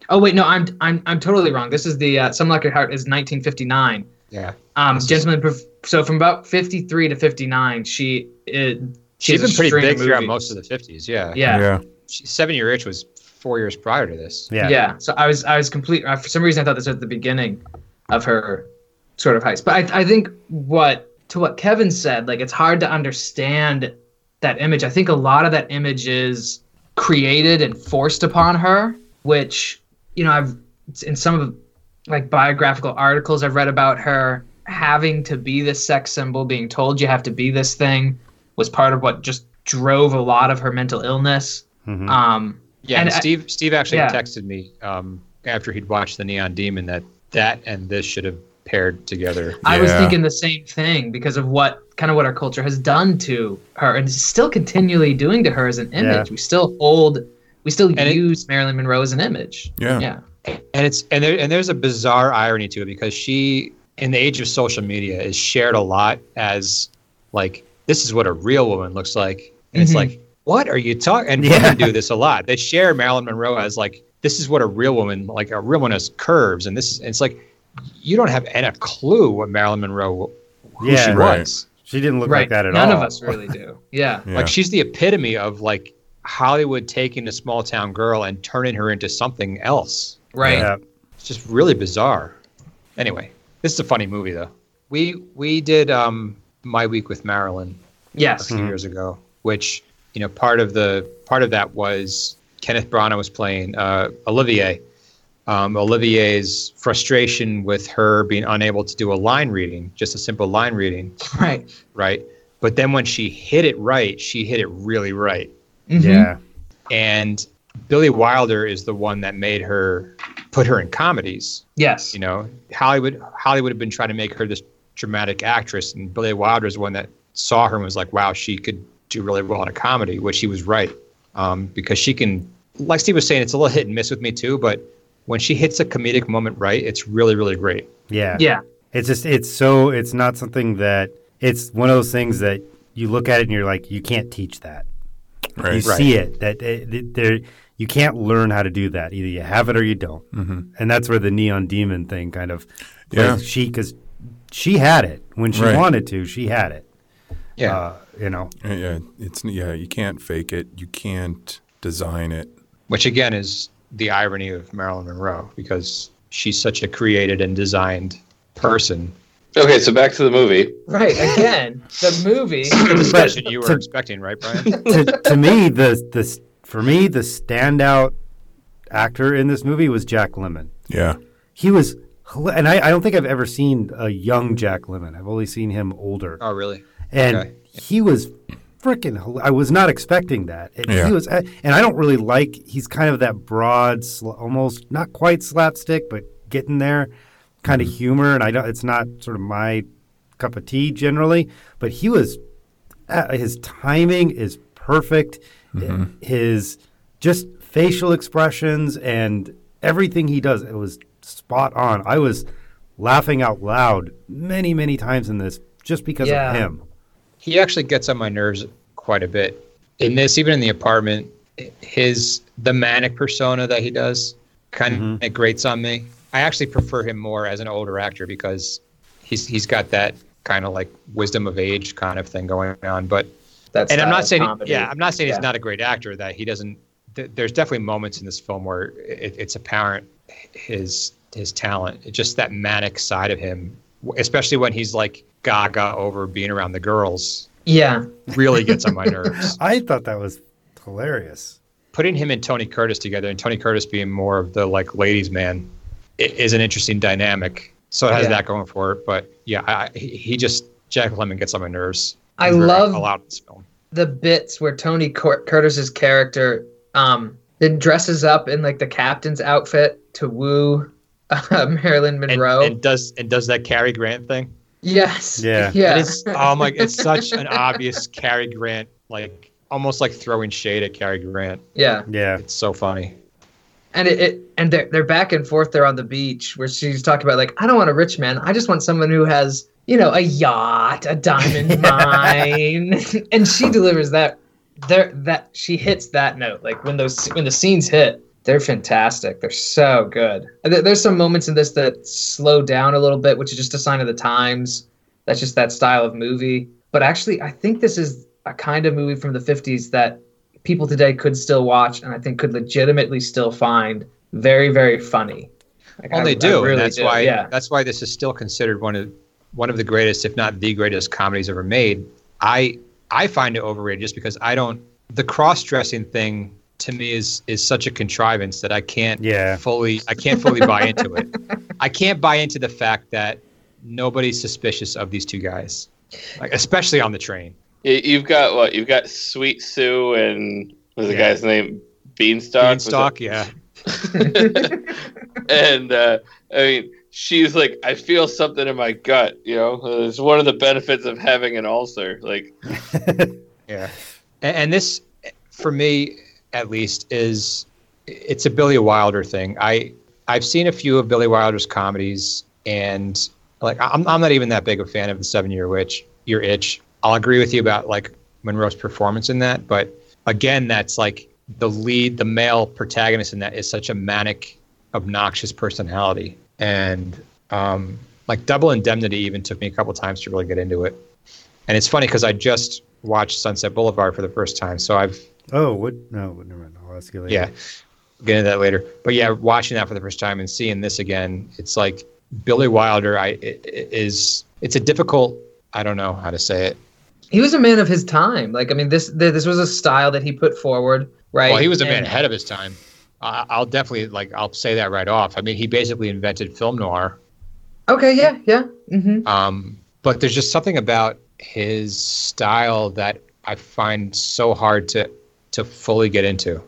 D: oh wait, no, I'm I'm I'm totally wrong. This is the uh, Some Like Your Heart is 1959.
A: Yeah.
D: Um,
A: This is-
D: gentlemen, Pref- so from about 53 to 59, she it, she
A: She's
D: has a
A: been pretty
D: string
A: big
D: of
A: throughout most
D: movies.
A: of the 50s. Yeah.
D: Yeah. yeah.
A: She, Seven Year Itch was four years prior to this.
B: yeah,
D: So I was I was complete. I, for some reason, I thought this was the beginning of her sort of heist. But I I think what to what Kevin said, like it's hard to understand that image. I think a lot of that image is created and forced upon her, which you know I've in some of like biographical articles I've read about her having to be this sex symbol, being told you have to be this thing, was part of what just drove a lot of her mental illness.
B: Mhm.
D: Um,
A: Yeah,
D: And
A: and
D: I-
A: Steve Steve actually
D: Yeah.
A: texted me um, after he'd watched the Neon Demon that that and this should have paired together.
D: I was
C: Yeah.
D: thinking the same thing because of what kind of what our culture has done to her and is still continually doing to her as an image. We still hold, we still
A: And it-
D: use Marilyn Monroe as an image.
C: Yeah.
D: Yeah.
A: And it's and there and there's a bizarre irony to it because she in the age of social media is shared a lot as like this is what a real woman looks like. And it's
D: Mhm.
A: like, what are you talking? And
B: Yeah.
A: women do this a lot. They share Marilyn Monroe as like this is what a real woman like a real one has curves and this is and it's like you don't have any clue what Marilyn Monroe who
B: Yeah.
A: she
C: Right.
A: was.
B: She didn't look like that at
D: None
B: all.
D: of us really do. Yeah.
C: Yeah.
A: Like she's the epitome of like Hollywood taking a small town girl and turning her into something else.
D: Right.
B: Yeah.
A: It's just really bizarre. Anyway, this is a funny movie though. We we did um My Week with Marilyn a
D: Yes.
A: few
B: Mhm.
A: years ago, which you know part of the part of that was Kenneth Branagh was playing uh, Olivier. Um, Olivier's frustration with her being unable to do a line reading, just a simple line reading,
D: Right.
A: right? But then when she hit it right, she hit it really right.
D: Mhm.
B: Yeah.
A: and Billy Wilder is the one that made her put her in comedies.
D: Yes.
A: You know, Hollywood Hollywood had been trying to make her this dramatic actress, and Billy Wilder is the one that saw her and was like, "Wow, she could do really well in a comedy," which he was right um, because she can. Like Steve was saying, it's a little hit and miss with me too, but when she hits a comedic moment right, it's really really great.
B: Yeah.
D: yeah.
B: It's just it's so it's not something that it's one of those things that you look at it and you're like you can't teach that. You
C: Right.
A: Right.
B: see it that it, it- there you can't learn how to do that. Either you have it or you don't.
C: hmm
B: And that's where the neon demon thing kind of plays
C: Yeah.
B: she cuz she had it when she
C: Right.
B: wanted to. She had it.
A: Yeah,
B: Uh, you know.
C: Yeah, Yeah. It's yeah. You can't fake it. You can't design it.
A: which again is the irony of Marilyn Monroe because she's such a created and designed person.
E: Okay, so back to the movie.
D: Right. Again, the movie.
A: Discussion you were
B: to-
A: expecting, right, Brian?
B: to, to me the the for me the standout actor in this movie was Jack Lemmon.
C: Yeah.
B: He was hila- and I, I don't think I've ever seen a young Jack Lemmon. I've only seen him older.
A: Oh, really?
B: and
A: Okay.
B: he was freaking hila- I was not expecting that. And
C: Yeah.
B: he was and I don't really like he's kind of that broad sl- almost not quite slapstick but getting there kind of humor and I don't it's not sort of my cup of tea generally, but he was uh, his timing is perfect. His just facial expressions and everything he does, it was spot on. I was laughing out loud many, many times in this just because
D: Yeah.
B: of him.
A: He actually gets on my nerves quite a bit. In this, even in the apartment, his the manic persona that he does kind of grates on me. I actually prefer him more as an older actor because he's he's got that kind of like wisdom of age kind of thing going on. But
D: That's
A: and I'm not saying yeah, I'm not saying
D: Yeah.
A: he's not a great actor. That he doesn't. Th- there's definitely moments in this film where it, it's apparent his his talent, It's just that manic side of him, w- especially when he's like gaga over being around the girls,
D: yeah.
A: really gets on my nerves.
B: I thought that was hilarious.
A: Putting him and Tony Curtis together, and Tony Curtis being more of the like ladies' man, i- is an interesting dynamic. So it has
D: Yeah.
A: that going for it. But yeah, I, I- he he just Jack Lemmon gets on my nerves.
D: I
A: very-
D: love-
A: a lot in this film.
D: the bits where Tony Cur- Curtis's character um then dresses up in like the captain's outfit to woo uh, Marilyn
A: And,
D: Monroe.
A: and does and does that Cary Grant thing?
D: yes.
B: Yeah.
D: Yeah.
A: It is. Oh my! It's such an obvious Cary Grant, like almost like throwing shade at Cary Grant.
D: yeah.
B: Yeah.
A: It's so funny.
D: And it, it and they're they're back and forth there on the beach where she's talking about like I don't want a rich man. I just want someone who has you know a yacht, a diamond mine, and she delivers that. There that she hits that note like when those when the scenes hit. They're fantastic. They're so good. And there- There's some moments in this that slow down a little bit, which is just a sign of the times. That's just that style of movie. But actually, I think this is a kind of movie from the 50s that people today could still watch and I think could legitimately still find very, very funny. Like,
A: Well,
D: I-
A: they
D: I
A: do. and
D: really
A: that's
D: do,
A: why.
D: Yeah.
A: That's why this is still considered one of one of the greatest, if not the greatest, comedies ever made. I I find it overrated just because I don't. The cross dressing thing to me is is such a contrivance that I can't
B: Yeah.
A: fully I can't fully buy into it. I can't buy into the fact that nobody's suspicious of these two guys, like especially on the train.
E: Y- You've got what? You've got Sweet Sue and what's the
A: Yeah.
E: guy's name? Beanstalk. was it?
A: Beanstalk, yeah,
E: and uh, I mean, she's like, I feel something in my gut. You know, it's one of the benefits of having an ulcer. Like,
A: yeah. And, and this, for me at least, is it's a Billy Wilder thing. I I've seen a few of Billy Wilder's comedies, and like I'm I'm not even that big a fan of the Seven Year Witch, Your Itch. I'll agree with you about like Monroe's performance in that, but again, that's like the lead, the male protagonist in that is such a manic, obnoxious personality, and um, like Double Indemnity even took me a couple times to really get into it. And it's funny because I just watched Sunset Boulevard for the first time, so I've
B: Oh, what? No, never mind. I'll ask you later.
A: yeah. Get into that later. But yeah, watching that for the first time and seeing this again, it's like Billy Wilder I i- i- is it's a difficult I don't know how to say it.
D: he was a man of his time. Like I mean, this th- this was a style that he put forward, right?
A: Well, he was a man
D: And-
A: ahead of his time. I, I'll definitely like I'll say that right off. I mean, he basically invented film noir.
D: Okay, yeah, yeah. hmm
A: Um, but there's just something about his style that I find so hard to to fully get into,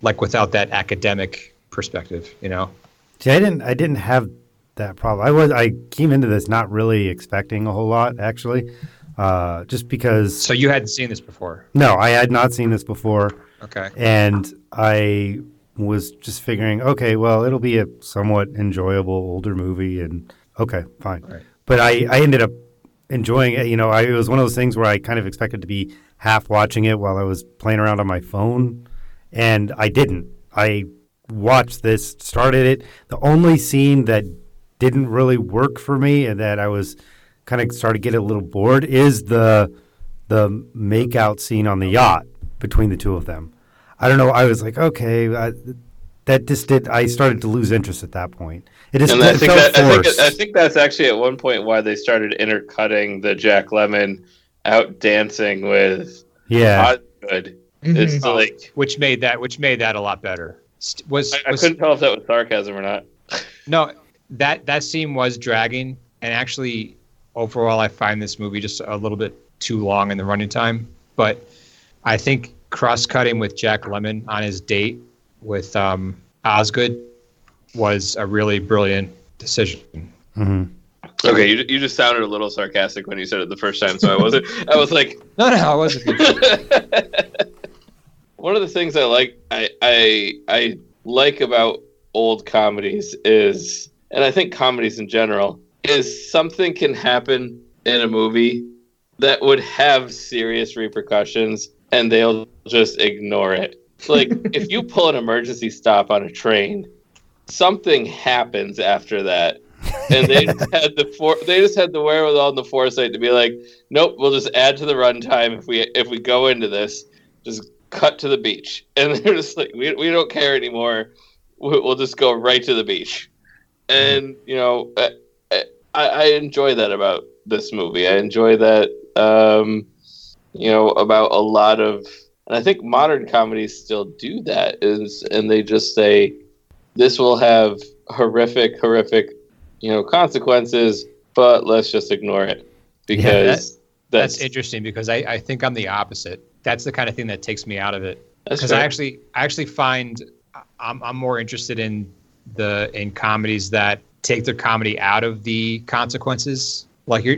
A: like without that academic perspective, you know.
B: See, I didn't. I didn't have that problem. I was. I came into this not really expecting a whole lot, actually, uh, just because.
A: So you hadn't seen this before,
B: No, I had not seen this before,
A: okay?
B: and I was just figuring, okay, well, it'll be a somewhat enjoyable older movie, and okay, fine.
A: Right.
B: But I, I ended up enjoying it. You know, I, it was one of those things where I kind of expected to be half watching it while I was playing around on my phone, and I didn't. I watched this, started it. The only scene that didn't really work for me and that I was kind of started to get a little bored is the the makeout scene on the yacht between the two of them. I don't know. I was like, okay, I, that just did. I started to lose interest at that point. It just
E: and
B: it
E: I think
B: felt
E: that I think,
B: forced.
E: I think that's actually at one point why they started intercutting the Jack Lemon out dancing with
B: yeah.
E: Osgood.
D: Mm-hmm.
E: It's
A: Mhm.
E: like
A: which made that which made that a lot better. St- Was,
E: I, I
A: was
E: couldn't tell if that was sarcasm or not.
A: no that that scene was dragging, and actually overall, I find this movie just a little bit too long in the running time. But I think cross cutting with Jack Lemon on his date with um, Osgood was a really brilliant decision.
B: hmm
E: Okay, you, you just sounded a little sarcastic when you said it the first time, so I wasn't. I was like,
A: No, no, I wasn't.
E: One of the things I like I, I I like about old comedies is and I think comedies in general is something can happen in a movie that would have serious repercussions and they'll just ignore it. Like if you pull an emergency stop on a train, something happens after that. And they just had the for- they just had the wherewithal and the foresight to be like, nope, we'll just add to the runtime if we if we go into this cut to the beach and they're just like we, we don't care anymore We- we'll just go right to the beach and you know I, I, I enjoy that about this movie i enjoy that um, you know about a lot of and i think modern comedies still do that is and they just say this will have horrific horrific you know consequences but let's just ignore it because
A: that-
E: that's
A: That's interesting because I, I think I'm the opposite. That's the kind of thing that takes me out of it.
E: that's
A: because I
E: fair.
A: actually I actually find I- I'm I'm more interested in the in comedies that take their comedy out of the consequences. Like you're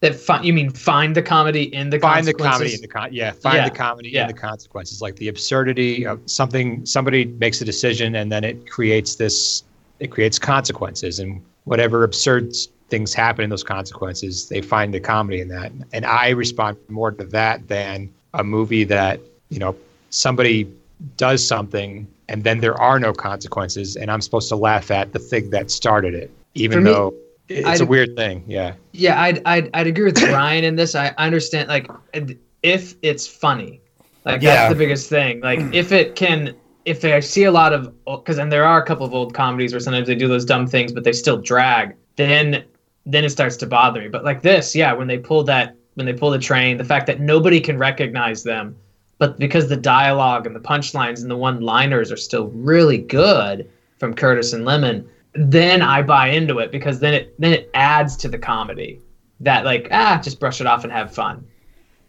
D: That fi- you mean find the comedy in the
A: find the comedy in
D: consequences?
A: the con yeah find
D: Yeah,
A: the comedy
D: yeah.
A: in the consequences like the absurdity of something somebody makes a decision and then it creates this it creates consequences and whatever absurd s- things happen in those consequences they find the comedy in that and I respond more to that than a movie that you know somebody does something and then there are no consequences and I'm supposed to laugh at the thing that started it even
D: For me,
A: though it's a
D: I'd-
A: weird thing yeah
D: Yeah, I'd, I'd I'd agree with Ryan in this. I, I understand like and if it's funny, like
B: Yeah.
D: that's the biggest thing. Like if it can, if I see a lot of because and there are a couple of old comedies where sometimes they do those dumb things, but they still drag. Then then it starts to bother me. But like this, yeah, when they pull that when they pull the train, the fact that nobody can recognize them but because the dialogue and the punchlines and the one-liners are still really good from Curtis and Lemon, then I buy into it because then it then it adds to the comedy that like ah just brush it off and have fun.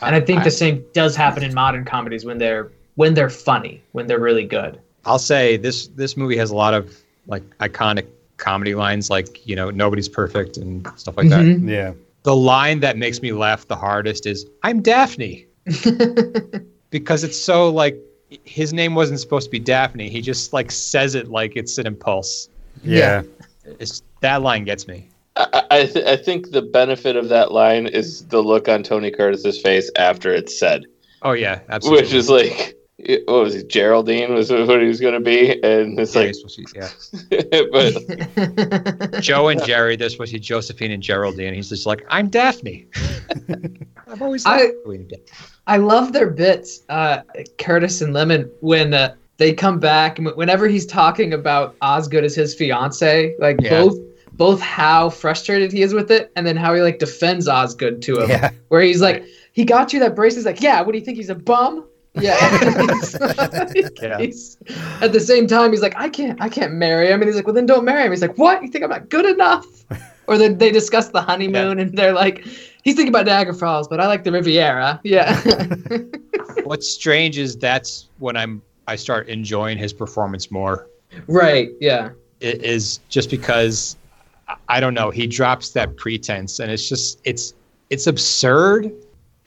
D: And I think the same does happen in modern comedies when they're when they're funny, when they're really good.
A: I'll say this this movie has a lot of like iconic comedy lines like, you know, nobody's perfect and stuff like that.
D: Mhm.
B: Yeah.
A: The line that makes me laugh the hardest is I'm Daphne because it's so like his name wasn't supposed to be Daphne. He just like says it like it's an impulse.
B: Yeah.
D: Yeah.
A: It's that line gets me.
E: I I, th- I think the benefit of that line is the look on Tony Curtis's face after it's said,
A: Oh yeah, absolutely.
E: which is like, it- what was he? Geraldine was what he was going to be, and it's
A: Yeah,
E: like,
A: it's what she- yeah.
E: but
A: Joe and Jerry. They're supposed to be Josephine and Geraldine. He's just like, I'm Daphne. I've always.
D: I-
A: liked Queen Daphne.
D: I love their bits, uh, Curtis and Lemon, when uh, they come back. and Whenever he's talking about Osgood as his fiance, like
A: Yeah.
D: both both how frustrated he is with it, and then how he like defends Osgood to him,
B: Yeah.
D: where he's like, "He got you that bracelet." He's like, "Yeah, what do you think? He's a bum." Yeah. It's like-
A: Yeah.
D: he's- at the same time, he's like, "I can't, I can't marry him," and he's like, "Well, then don't marry him." He's like, "What? You think I'm not good enough?" Or they, they discuss the honeymoon and they're like, he's thinking about Niagara Falls, but I like the Riviera. Yeah.
A: What's strange is that's when I'm I start enjoying his performance more.
D: Right. Yeah.
A: It is just because I- I don't know. He drops that pretense, and it's just it's it's absurd.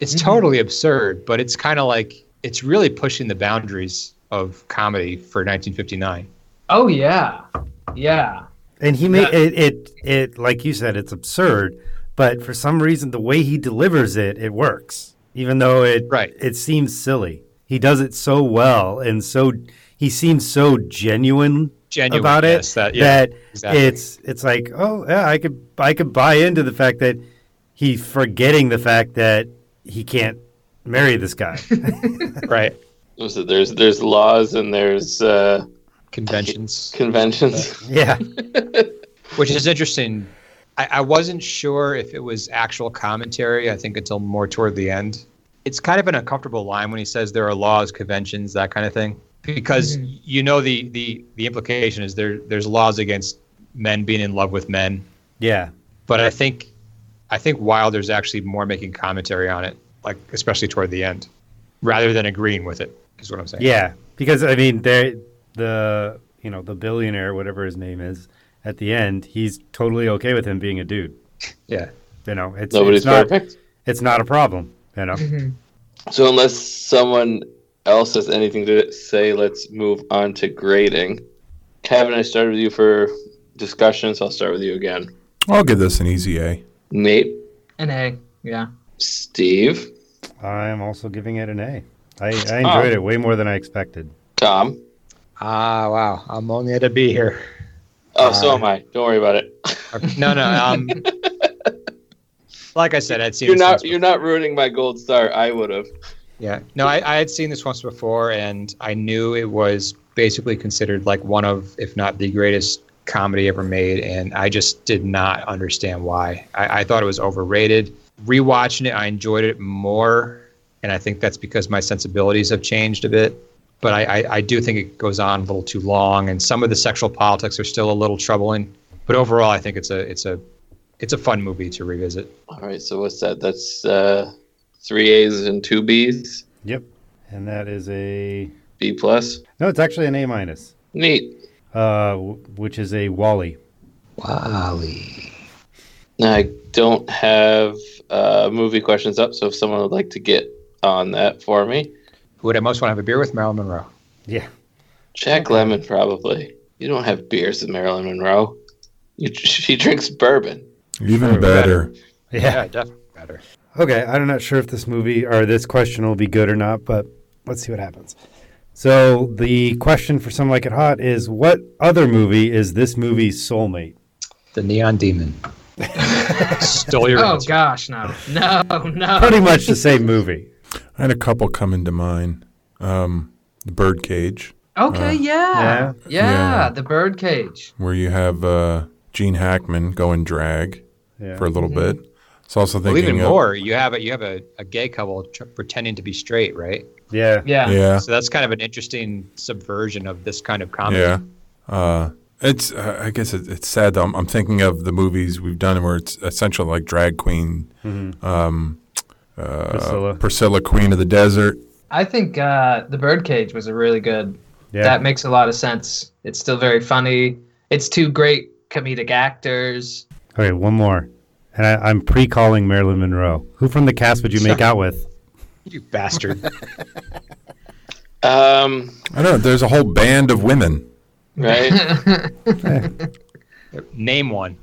A: It's
B: Mm-hmm.
D: Mhm.
A: totally absurd, but it's kind of like it's really pushing the boundaries of comedy for 1959.
D: Oh yeah. Yeah.
B: And he made
D: Yeah.
B: it, it it like you said, it's absurd, but for some reason the way he delivers it, it works. Even though it
A: Right.
B: it seems silly. He does it so well and so he seems so genuine
A: Genuine
B: about it
A: yes, that, yeah,
B: that
A: exactly.
B: it's it's like, oh yeah, I could I could buy into the fact that he's forgetting the fact that he can't marry this guy.
A: right
E: was it? There's there's laws and there's uh,
A: conventions.
E: conventions.
B: yeah.
A: which is interesting. I, I wasn't sure if it was actual commentary. I think until more toward the end, it's kind of an uncomfortable line when he says there are laws, conventions, that kind of thing, because
D: Mhm.
A: you know the the the implication is there there's laws against men being in love with men,
B: Yeah.
A: but I think I think Wilder's actually more making commentary on it, like especially toward the end, rather than agreeing with it. Is what I'm saying.
B: Yeah, because I mean, they the you know the billionaire, whatever his name is, at the end, he's totally okay with him being a dude.
A: Yeah.
B: You know, it's
E: Nobody's
B: it's not
E: perfect.
B: it's not a problem. You know,
D: Mm-hmm.
E: So unless someone else has anything to say, let's move on to grading. Kevin, I started with you for discussions. I'll start with you again.
C: I'll give this an easy A.
E: Nate,
D: And A. Yeah.
E: Steve,
B: I'm also giving it an A. I, I
E: Ah.
B: enjoyed it way more than I expected.
E: Tom.
A: Ah, wow. I'm only at a B here.
E: Oh, so
D: Uh,
E: am I. Don't worry about it.
A: Okay. No, no. Um, like I said, I'd seen
E: You're
A: this once
E: not.
A: before.
E: You're not ruining my gold star. I would have.
A: Yeah. No, I, I had seen this once before, and I knew it was basically considered like one of, if not the greatest comedy ever made, and I just did not understand why. I, I thought it was overrated. Rewatching it, I enjoyed it more, and I think that's because my sensibilities have changed a bit. But I, I, I do think it goes on a little too long, and some of the sexual politics are still a little troubling. But overall, I think it's a it's a it's a fun movie to revisit.
E: All right. So what's that? That's uh, three A's and two B's.
B: Yep, and that is a
E: B plus.
B: no. It's actually an A minus,
E: Neat.
B: uh, w- which is a Wally.
A: Wally.
E: I don't have uh, movie questions up, so if someone would like to get on that for me,
A: Who would I most want to have a beer with? Marilyn Monroe.
B: Yeah,
E: Jack Lemon probably. You don't have beers with Marilyn Monroe. You, she drinks bourbon.
C: Even
A: True.
C: better.
B: yeah.
A: definitely better.
B: Okay, I'm not sure if this movie or this question will be good or not, but let's see what happens. So the question for some like it hot is what other movie is this movie's soulmate?
A: The Neon Demon. Stole your
D: Oh
A: answer.
D: gosh, no, no, no.
B: Pretty much the same movie.
C: I had a couple come into mind. Um, the Birdcage,
D: Okay.
B: yeah.
D: yeah. yeah.
C: Yeah.
D: The birdcage.
C: where you have uh, Gene Hackman go and drag
B: Yeah.
C: for a little bit. It's also
A: Mm-hmm. Well,
C: thinking
A: even
C: of-
A: more, you have a you have a, a gay couple tr- pretending to be straight, right?
B: Yeah.
D: Yeah.
C: Yeah,
A: So that's kind of an interesting subversion of this kind of comedy.
C: yeah. Uh, it's uh, I guess it, it's sad. Though. I'm, I'm thinking of the movies we've done where it's essential like drag queen, um, uh,
B: Priscilla.
C: Priscilla, Queen of the Desert.
D: I think uh, the Birdcage was a really good.
B: Yeah.
D: That makes a lot of sense. It's still very funny. It's two great comedic actors.
B: okay, one more. And I, I'm pre calling Marilyn Monroe. Who from the cast would you make out with?
A: You bastard.
E: Um,
C: I don't know. There's a whole band of women.
E: right?
A: Name one.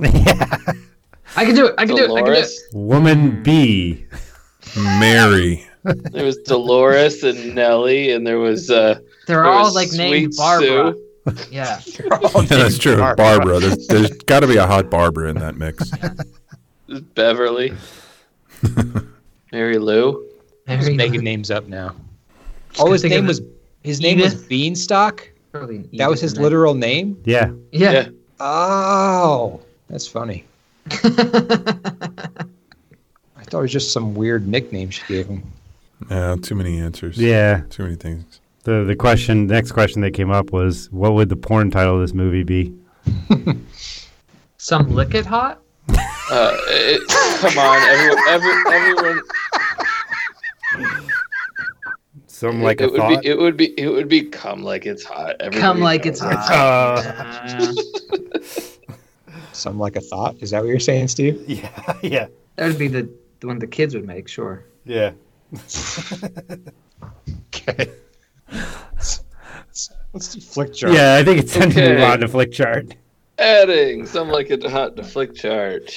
D: I can do it. I can do it. I can do it.
E: Dolores.
B: Woman B.
C: Mary.
E: There was Dolores and Nellie, and there was uh,
D: They're
E: There
D: all
E: was
D: like named
E: Sweet
D: Barbara. yeah.
A: Oh,
C: Yeah, that's true. Barbara. There's, there's got to be a hot Barbara in that mix.
E: Beverly, Mary Lou.
A: Just
D: Mary-
A: making names up now. Oh, his
D: think of
A: name
D: the-
A: was his name was Beanstalk.
D: Probably an
A: That was his
D: Edith
A: literal name.
B: Yeah.
D: in there.
E: Yeah.
D: Yeah.
A: Oh, that's funny. I thought it was just some weird nickname she gave him.
C: Yeah, too many answers.
B: Yeah.
C: Too many things.
B: The the question next question that came up was what would the porn title of this movie be?
D: Some lick it hot.
E: Uh, it, come on, everyone, every, everyone.
B: Some like
E: it
B: a
E: would
B: thought.
E: be, it would be, it would be come like it's hot. Everybody
D: Come like it's
E: knows that.
D: hot.
B: uh,
A: Some like a thought. Is that what you're saying, Steve?
B: yeah, yeah.
D: that would be the, the one the kids would make. Sure.
B: Yeah.
A: Okay. Let's do flick chart.
B: Yeah, I think it's time to move
E: Okay.
B: on to flick chart.
E: Adding some like it hot to Flick Chart.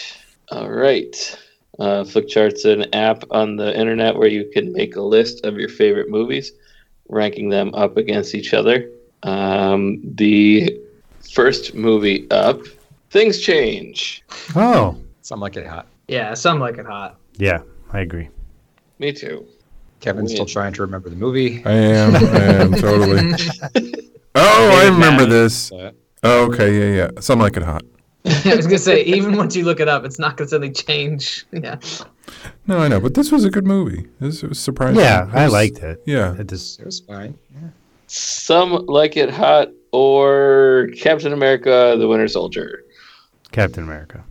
E: All right. Uh, Flick Chart's an app on the internet where you can make a list of your favorite movies, ranking them up against each other. Um, the first movie up, Things Change.
B: Oh.
A: Some like it hot.
D: Yeah. Some like it hot.
B: Yeah, I agree.
E: Me too.
A: Kevin's still
E: Weird.
A: trying to remember the movie.
C: I am. I am totally. Oh, I remember this.
A: Uh,
C: Oh, okay. Yeah, yeah. Something like it hot.
D: I was gonna say even once you look it up, it's not gonna suddenly change. Yeah.
C: No, I know, but this was a good movie. This was surprising.
B: Yeah, I
C: It was-
B: liked it.
C: Yeah,
B: It just
A: it was fine. Yeah.
E: Some like it hot or Captain America: The Winter Soldier.
B: Captain America.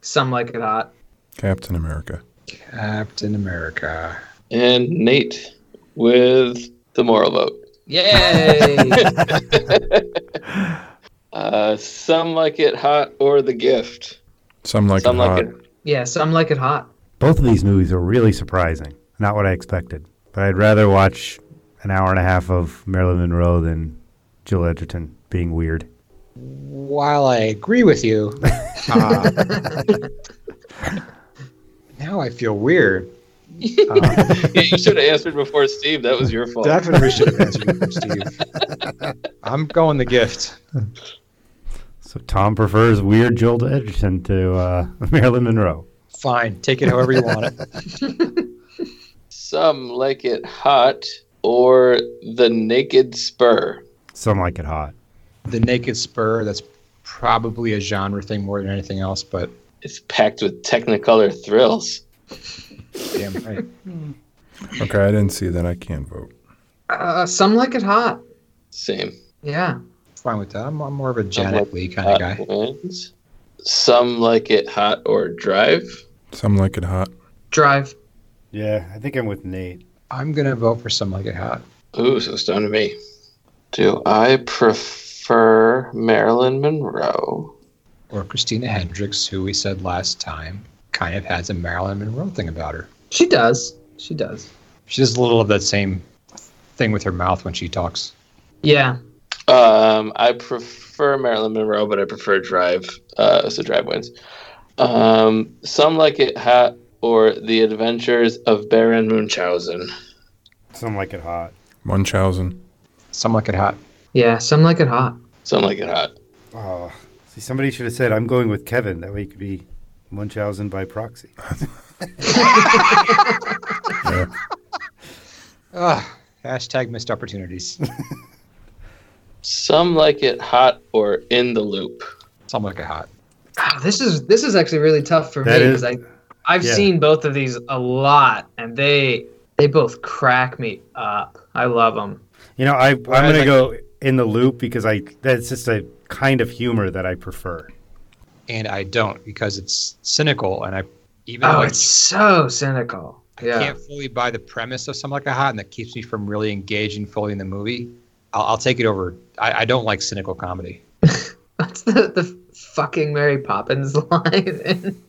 D: Some like it hot.
C: Captain America.
A: Captain America.
E: And Nate with the moral vote.
D: Yay.
E: Uh, some like it hot or The Gift.
C: Some like
E: Some
C: it hot.
E: like it.
D: yeah. Some like it hot.
B: Both of these movies are really surprising. Not what I expected. But I'd rather watch an hour and a half of Marilyn Monroe than Jill Edgerton being weird.
A: While I agree with you, uh,
B: Ah.
A: now I feel weird. Uh,
E: Yeah, you should have answered before Steve. That was your fault.
A: that's what we should have answered, for, Steve. I'm going the gift.
B: So Tom prefers weird Jill Edgerton to uh, Marilyn Monroe.
A: Fine, take it however you want it.
E: Some like it hot or the naked spur.
B: Some like it hot.
A: The naked spur. That's probably a genre thing more than anything else, but
E: It's packed with Technicolor thrills.
A: damn right.
C: Okay, I didn't see that. I can't vote.
D: Uh, some like it hot.
E: Same.
D: Yeah.
A: Fine with that. I'm, I'm more of a
E: Some
A: Janet
E: like
A: Lee
E: it
A: kind of
E: hot
A: guy.
E: wins. Some like it hot or drive.
C: Some like it hot.
D: Drive.
B: Yeah, I think I'm with Nate.
A: I'm gonna vote for some like it hot.
E: Ooh, so it's down to me. Do I prefer Marilyn Monroe?
A: Or Christina Hendricks, who we said last time, kind of has a Marilyn Monroe thing about her.
D: She does. She does.
A: She does a little of that same thing with her mouth when she talks.
D: Yeah.
E: Um, I prefer Marilyn Monroe, but I prefer Drive. Uh, so Drive wins. Um, some like it hot or The Adventures of Baron Munchausen.
B: Some like it hot.
C: Munchausen.
A: Some like it hot.
D: Yeah. Some like it hot.
E: Some like it hot.
B: Oh, see, somebody should have said, I'm going with Kevin. That way you could be Munchausen by proxy.
A: Ugh, hashtag missed opportunities.
E: Some like it hot or In the Loop.
A: Some like it hot.
D: Wow, this is this is actually really tough for
B: That
D: me
B: is-
D: because I I've
B: Yeah.
D: seen both of these a lot, and they they both crack me up. I love them.
B: You know, I I'm
A: Whereas,
B: gonna
A: like-
B: go in the loop because I that's just a kind of humor that I prefer.
A: and I don't because it's cynical, and I even
D: Oh,
A: though I
D: it's so cynical. Yeah.
A: can't fully buy the premise of something like a hot, and that keeps me from really engaging fully in the movie. I'll, I'll take it over. I, I don't like cynical comedy.
D: That's the, the fucking Mary Poppins line in,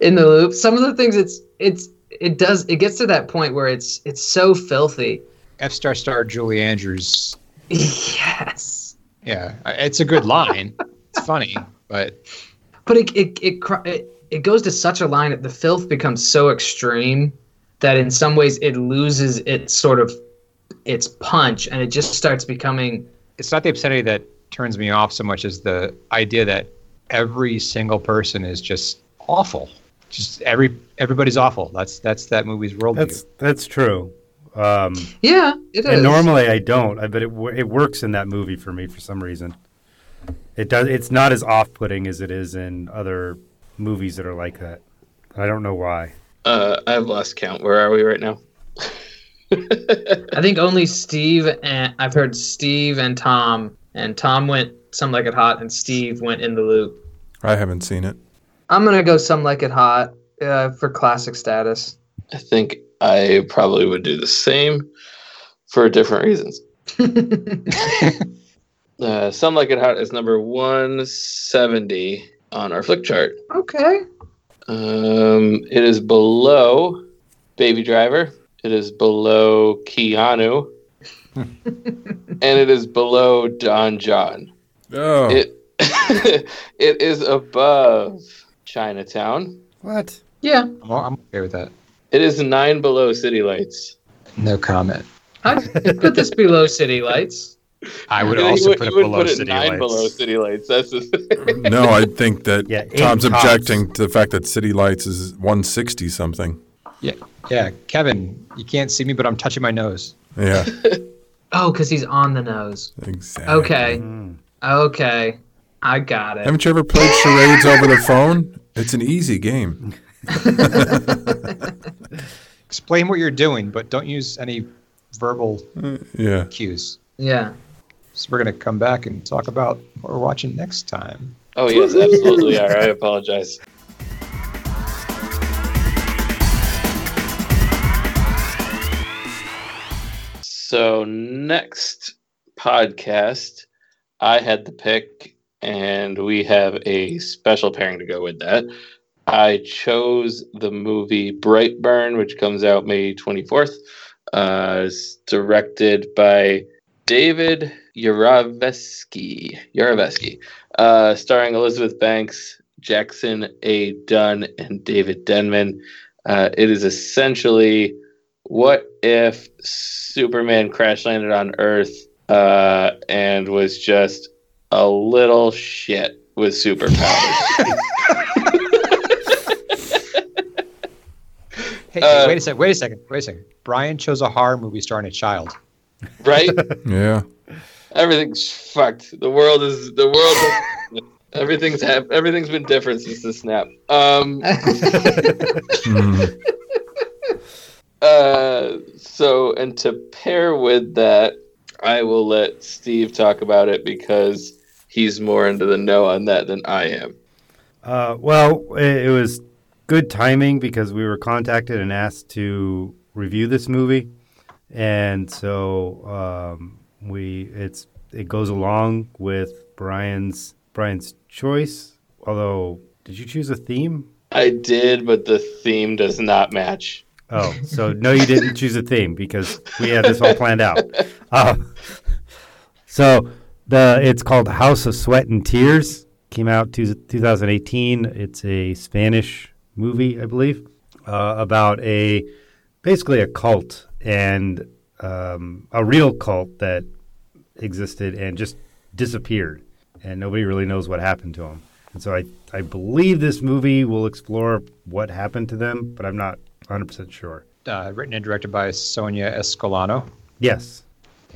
D: in the loop. Some of the things it's it's it does it gets to that point where it's it's so filthy.
A: F star star Julie Andrews.
D: Yes.
A: Yeah, I- it's a good line. it's funny, but
D: But it it it, cr- it it goes to such a line that the filth becomes so extreme that in some ways it loses its sort of its punch and it just starts becoming
A: it's not the obscenity that turns me off so much as the idea that every single person is just awful. Just every everybody's awful. That's that's that movie's worldview.
B: That's that's true. Um,
D: yeah it is
B: and normally I don't, I- but it wo- it works in that movie for me for some reason. It does. It's not as off-putting as it is in other movies that are like that. I don't know why.
E: Uh, I've lost count. Where are we right now?
D: I think only Steve and I've heard Steve and Tom, and Tom went some like it hot, and Steve went in the loop.
C: I haven't seen it.
D: I'm gonna go some like it hot uh, for classic status.
E: I think I probably would do the same for different reasons. Uh, Some Like It Hot is number 170 on our flick chart.
D: okay,
E: Um, it is below Baby Driver. It is below Keanu. and it is below Don John.
C: Oh,
E: It, it is above Chinatown.
B: What?
D: yeah,
A: I'm, I'm okay with that.
E: It is nine below City Lights.
A: No comment.
D: I put this below City Lights.
A: I would
E: You
A: also
E: would-
A: put it
E: you would
A: below
E: put it
A: City
E: nine
A: Lights.
E: below City Lights. That's the thing.
C: no, I think that
B: Yeah, eight
C: Tom's
B: cops.
C: objecting to the fact that City Lights is 160 something.
A: Yeah, Kevin, you can't see me, but I'm touching my nose.
C: Yeah,
D: Oh, because he's on the nose.
C: exactly.
D: Okay,
B: Mm.
D: okay, I got it.
C: Haven't you ever played charades over the phone? It's an easy game.
A: Explain what you're doing, but don't use any verbal
C: Yeah.
A: cues.
D: Yeah,
A: So we're gonna come back and talk about what we're watching next time.
E: Oh, yes, absolutely are. I apologize. So, next podcast, I had the pick, and we have a special pairing to go with that. I chose the movie Brightburn, which comes out May 24th. Uh, it's directed by David Yarovesky. Yarovesky uh, starring Elizabeth Banks, Jackson A. Dunn, and David Denman. Uh, it is essentially what if Superman crash landed on Earth uh, and was just a little shit with superpowers?
A: Hey,
E: Uh,
A: wait a sec. Wait a second. Wait a second. Brian chose a horror movie starring a child.
E: right?
C: Yeah.
E: Everything's fucked. The world is the world. everything's hap- everything's been different since the snap. Um,
C: Mm.
E: Uh, so and to pair with that, I will let Steve talk about it because he's more into the know on that than I am.
B: Uh, well, it, it was good timing because we were contacted and asked to review this movie, and so um, we it's it goes along with Brian's Brian's choice. Although, did you choose a theme?
E: I did, but the theme does not match.
B: Oh, so no, you didn't choose a theme because we had this all planned out. Uh, so the it's called House of Sweat and Tears. Came out two, 2018. It's a Spanish movie, I believe, uh, about a basically a cult and um, a real cult that existed and just disappeared, and nobody really knows what happened to them. And so I, I believe this movie will explore what happened to them, but I'm not 100% sure.
A: Uh, written and directed by Sonia Escolano,
B: Yes.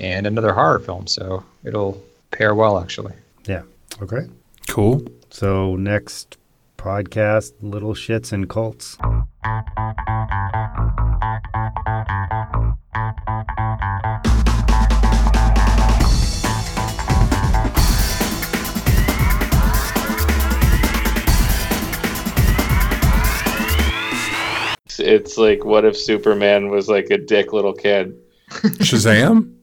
A: and another horror film. So it'll pair well, actually.
B: Yeah. Okay.
C: Cool.
B: So next podcast, Little Shits and Cults.
E: It's, it's like, what if Superman was like a dick little kid?
C: Shazam?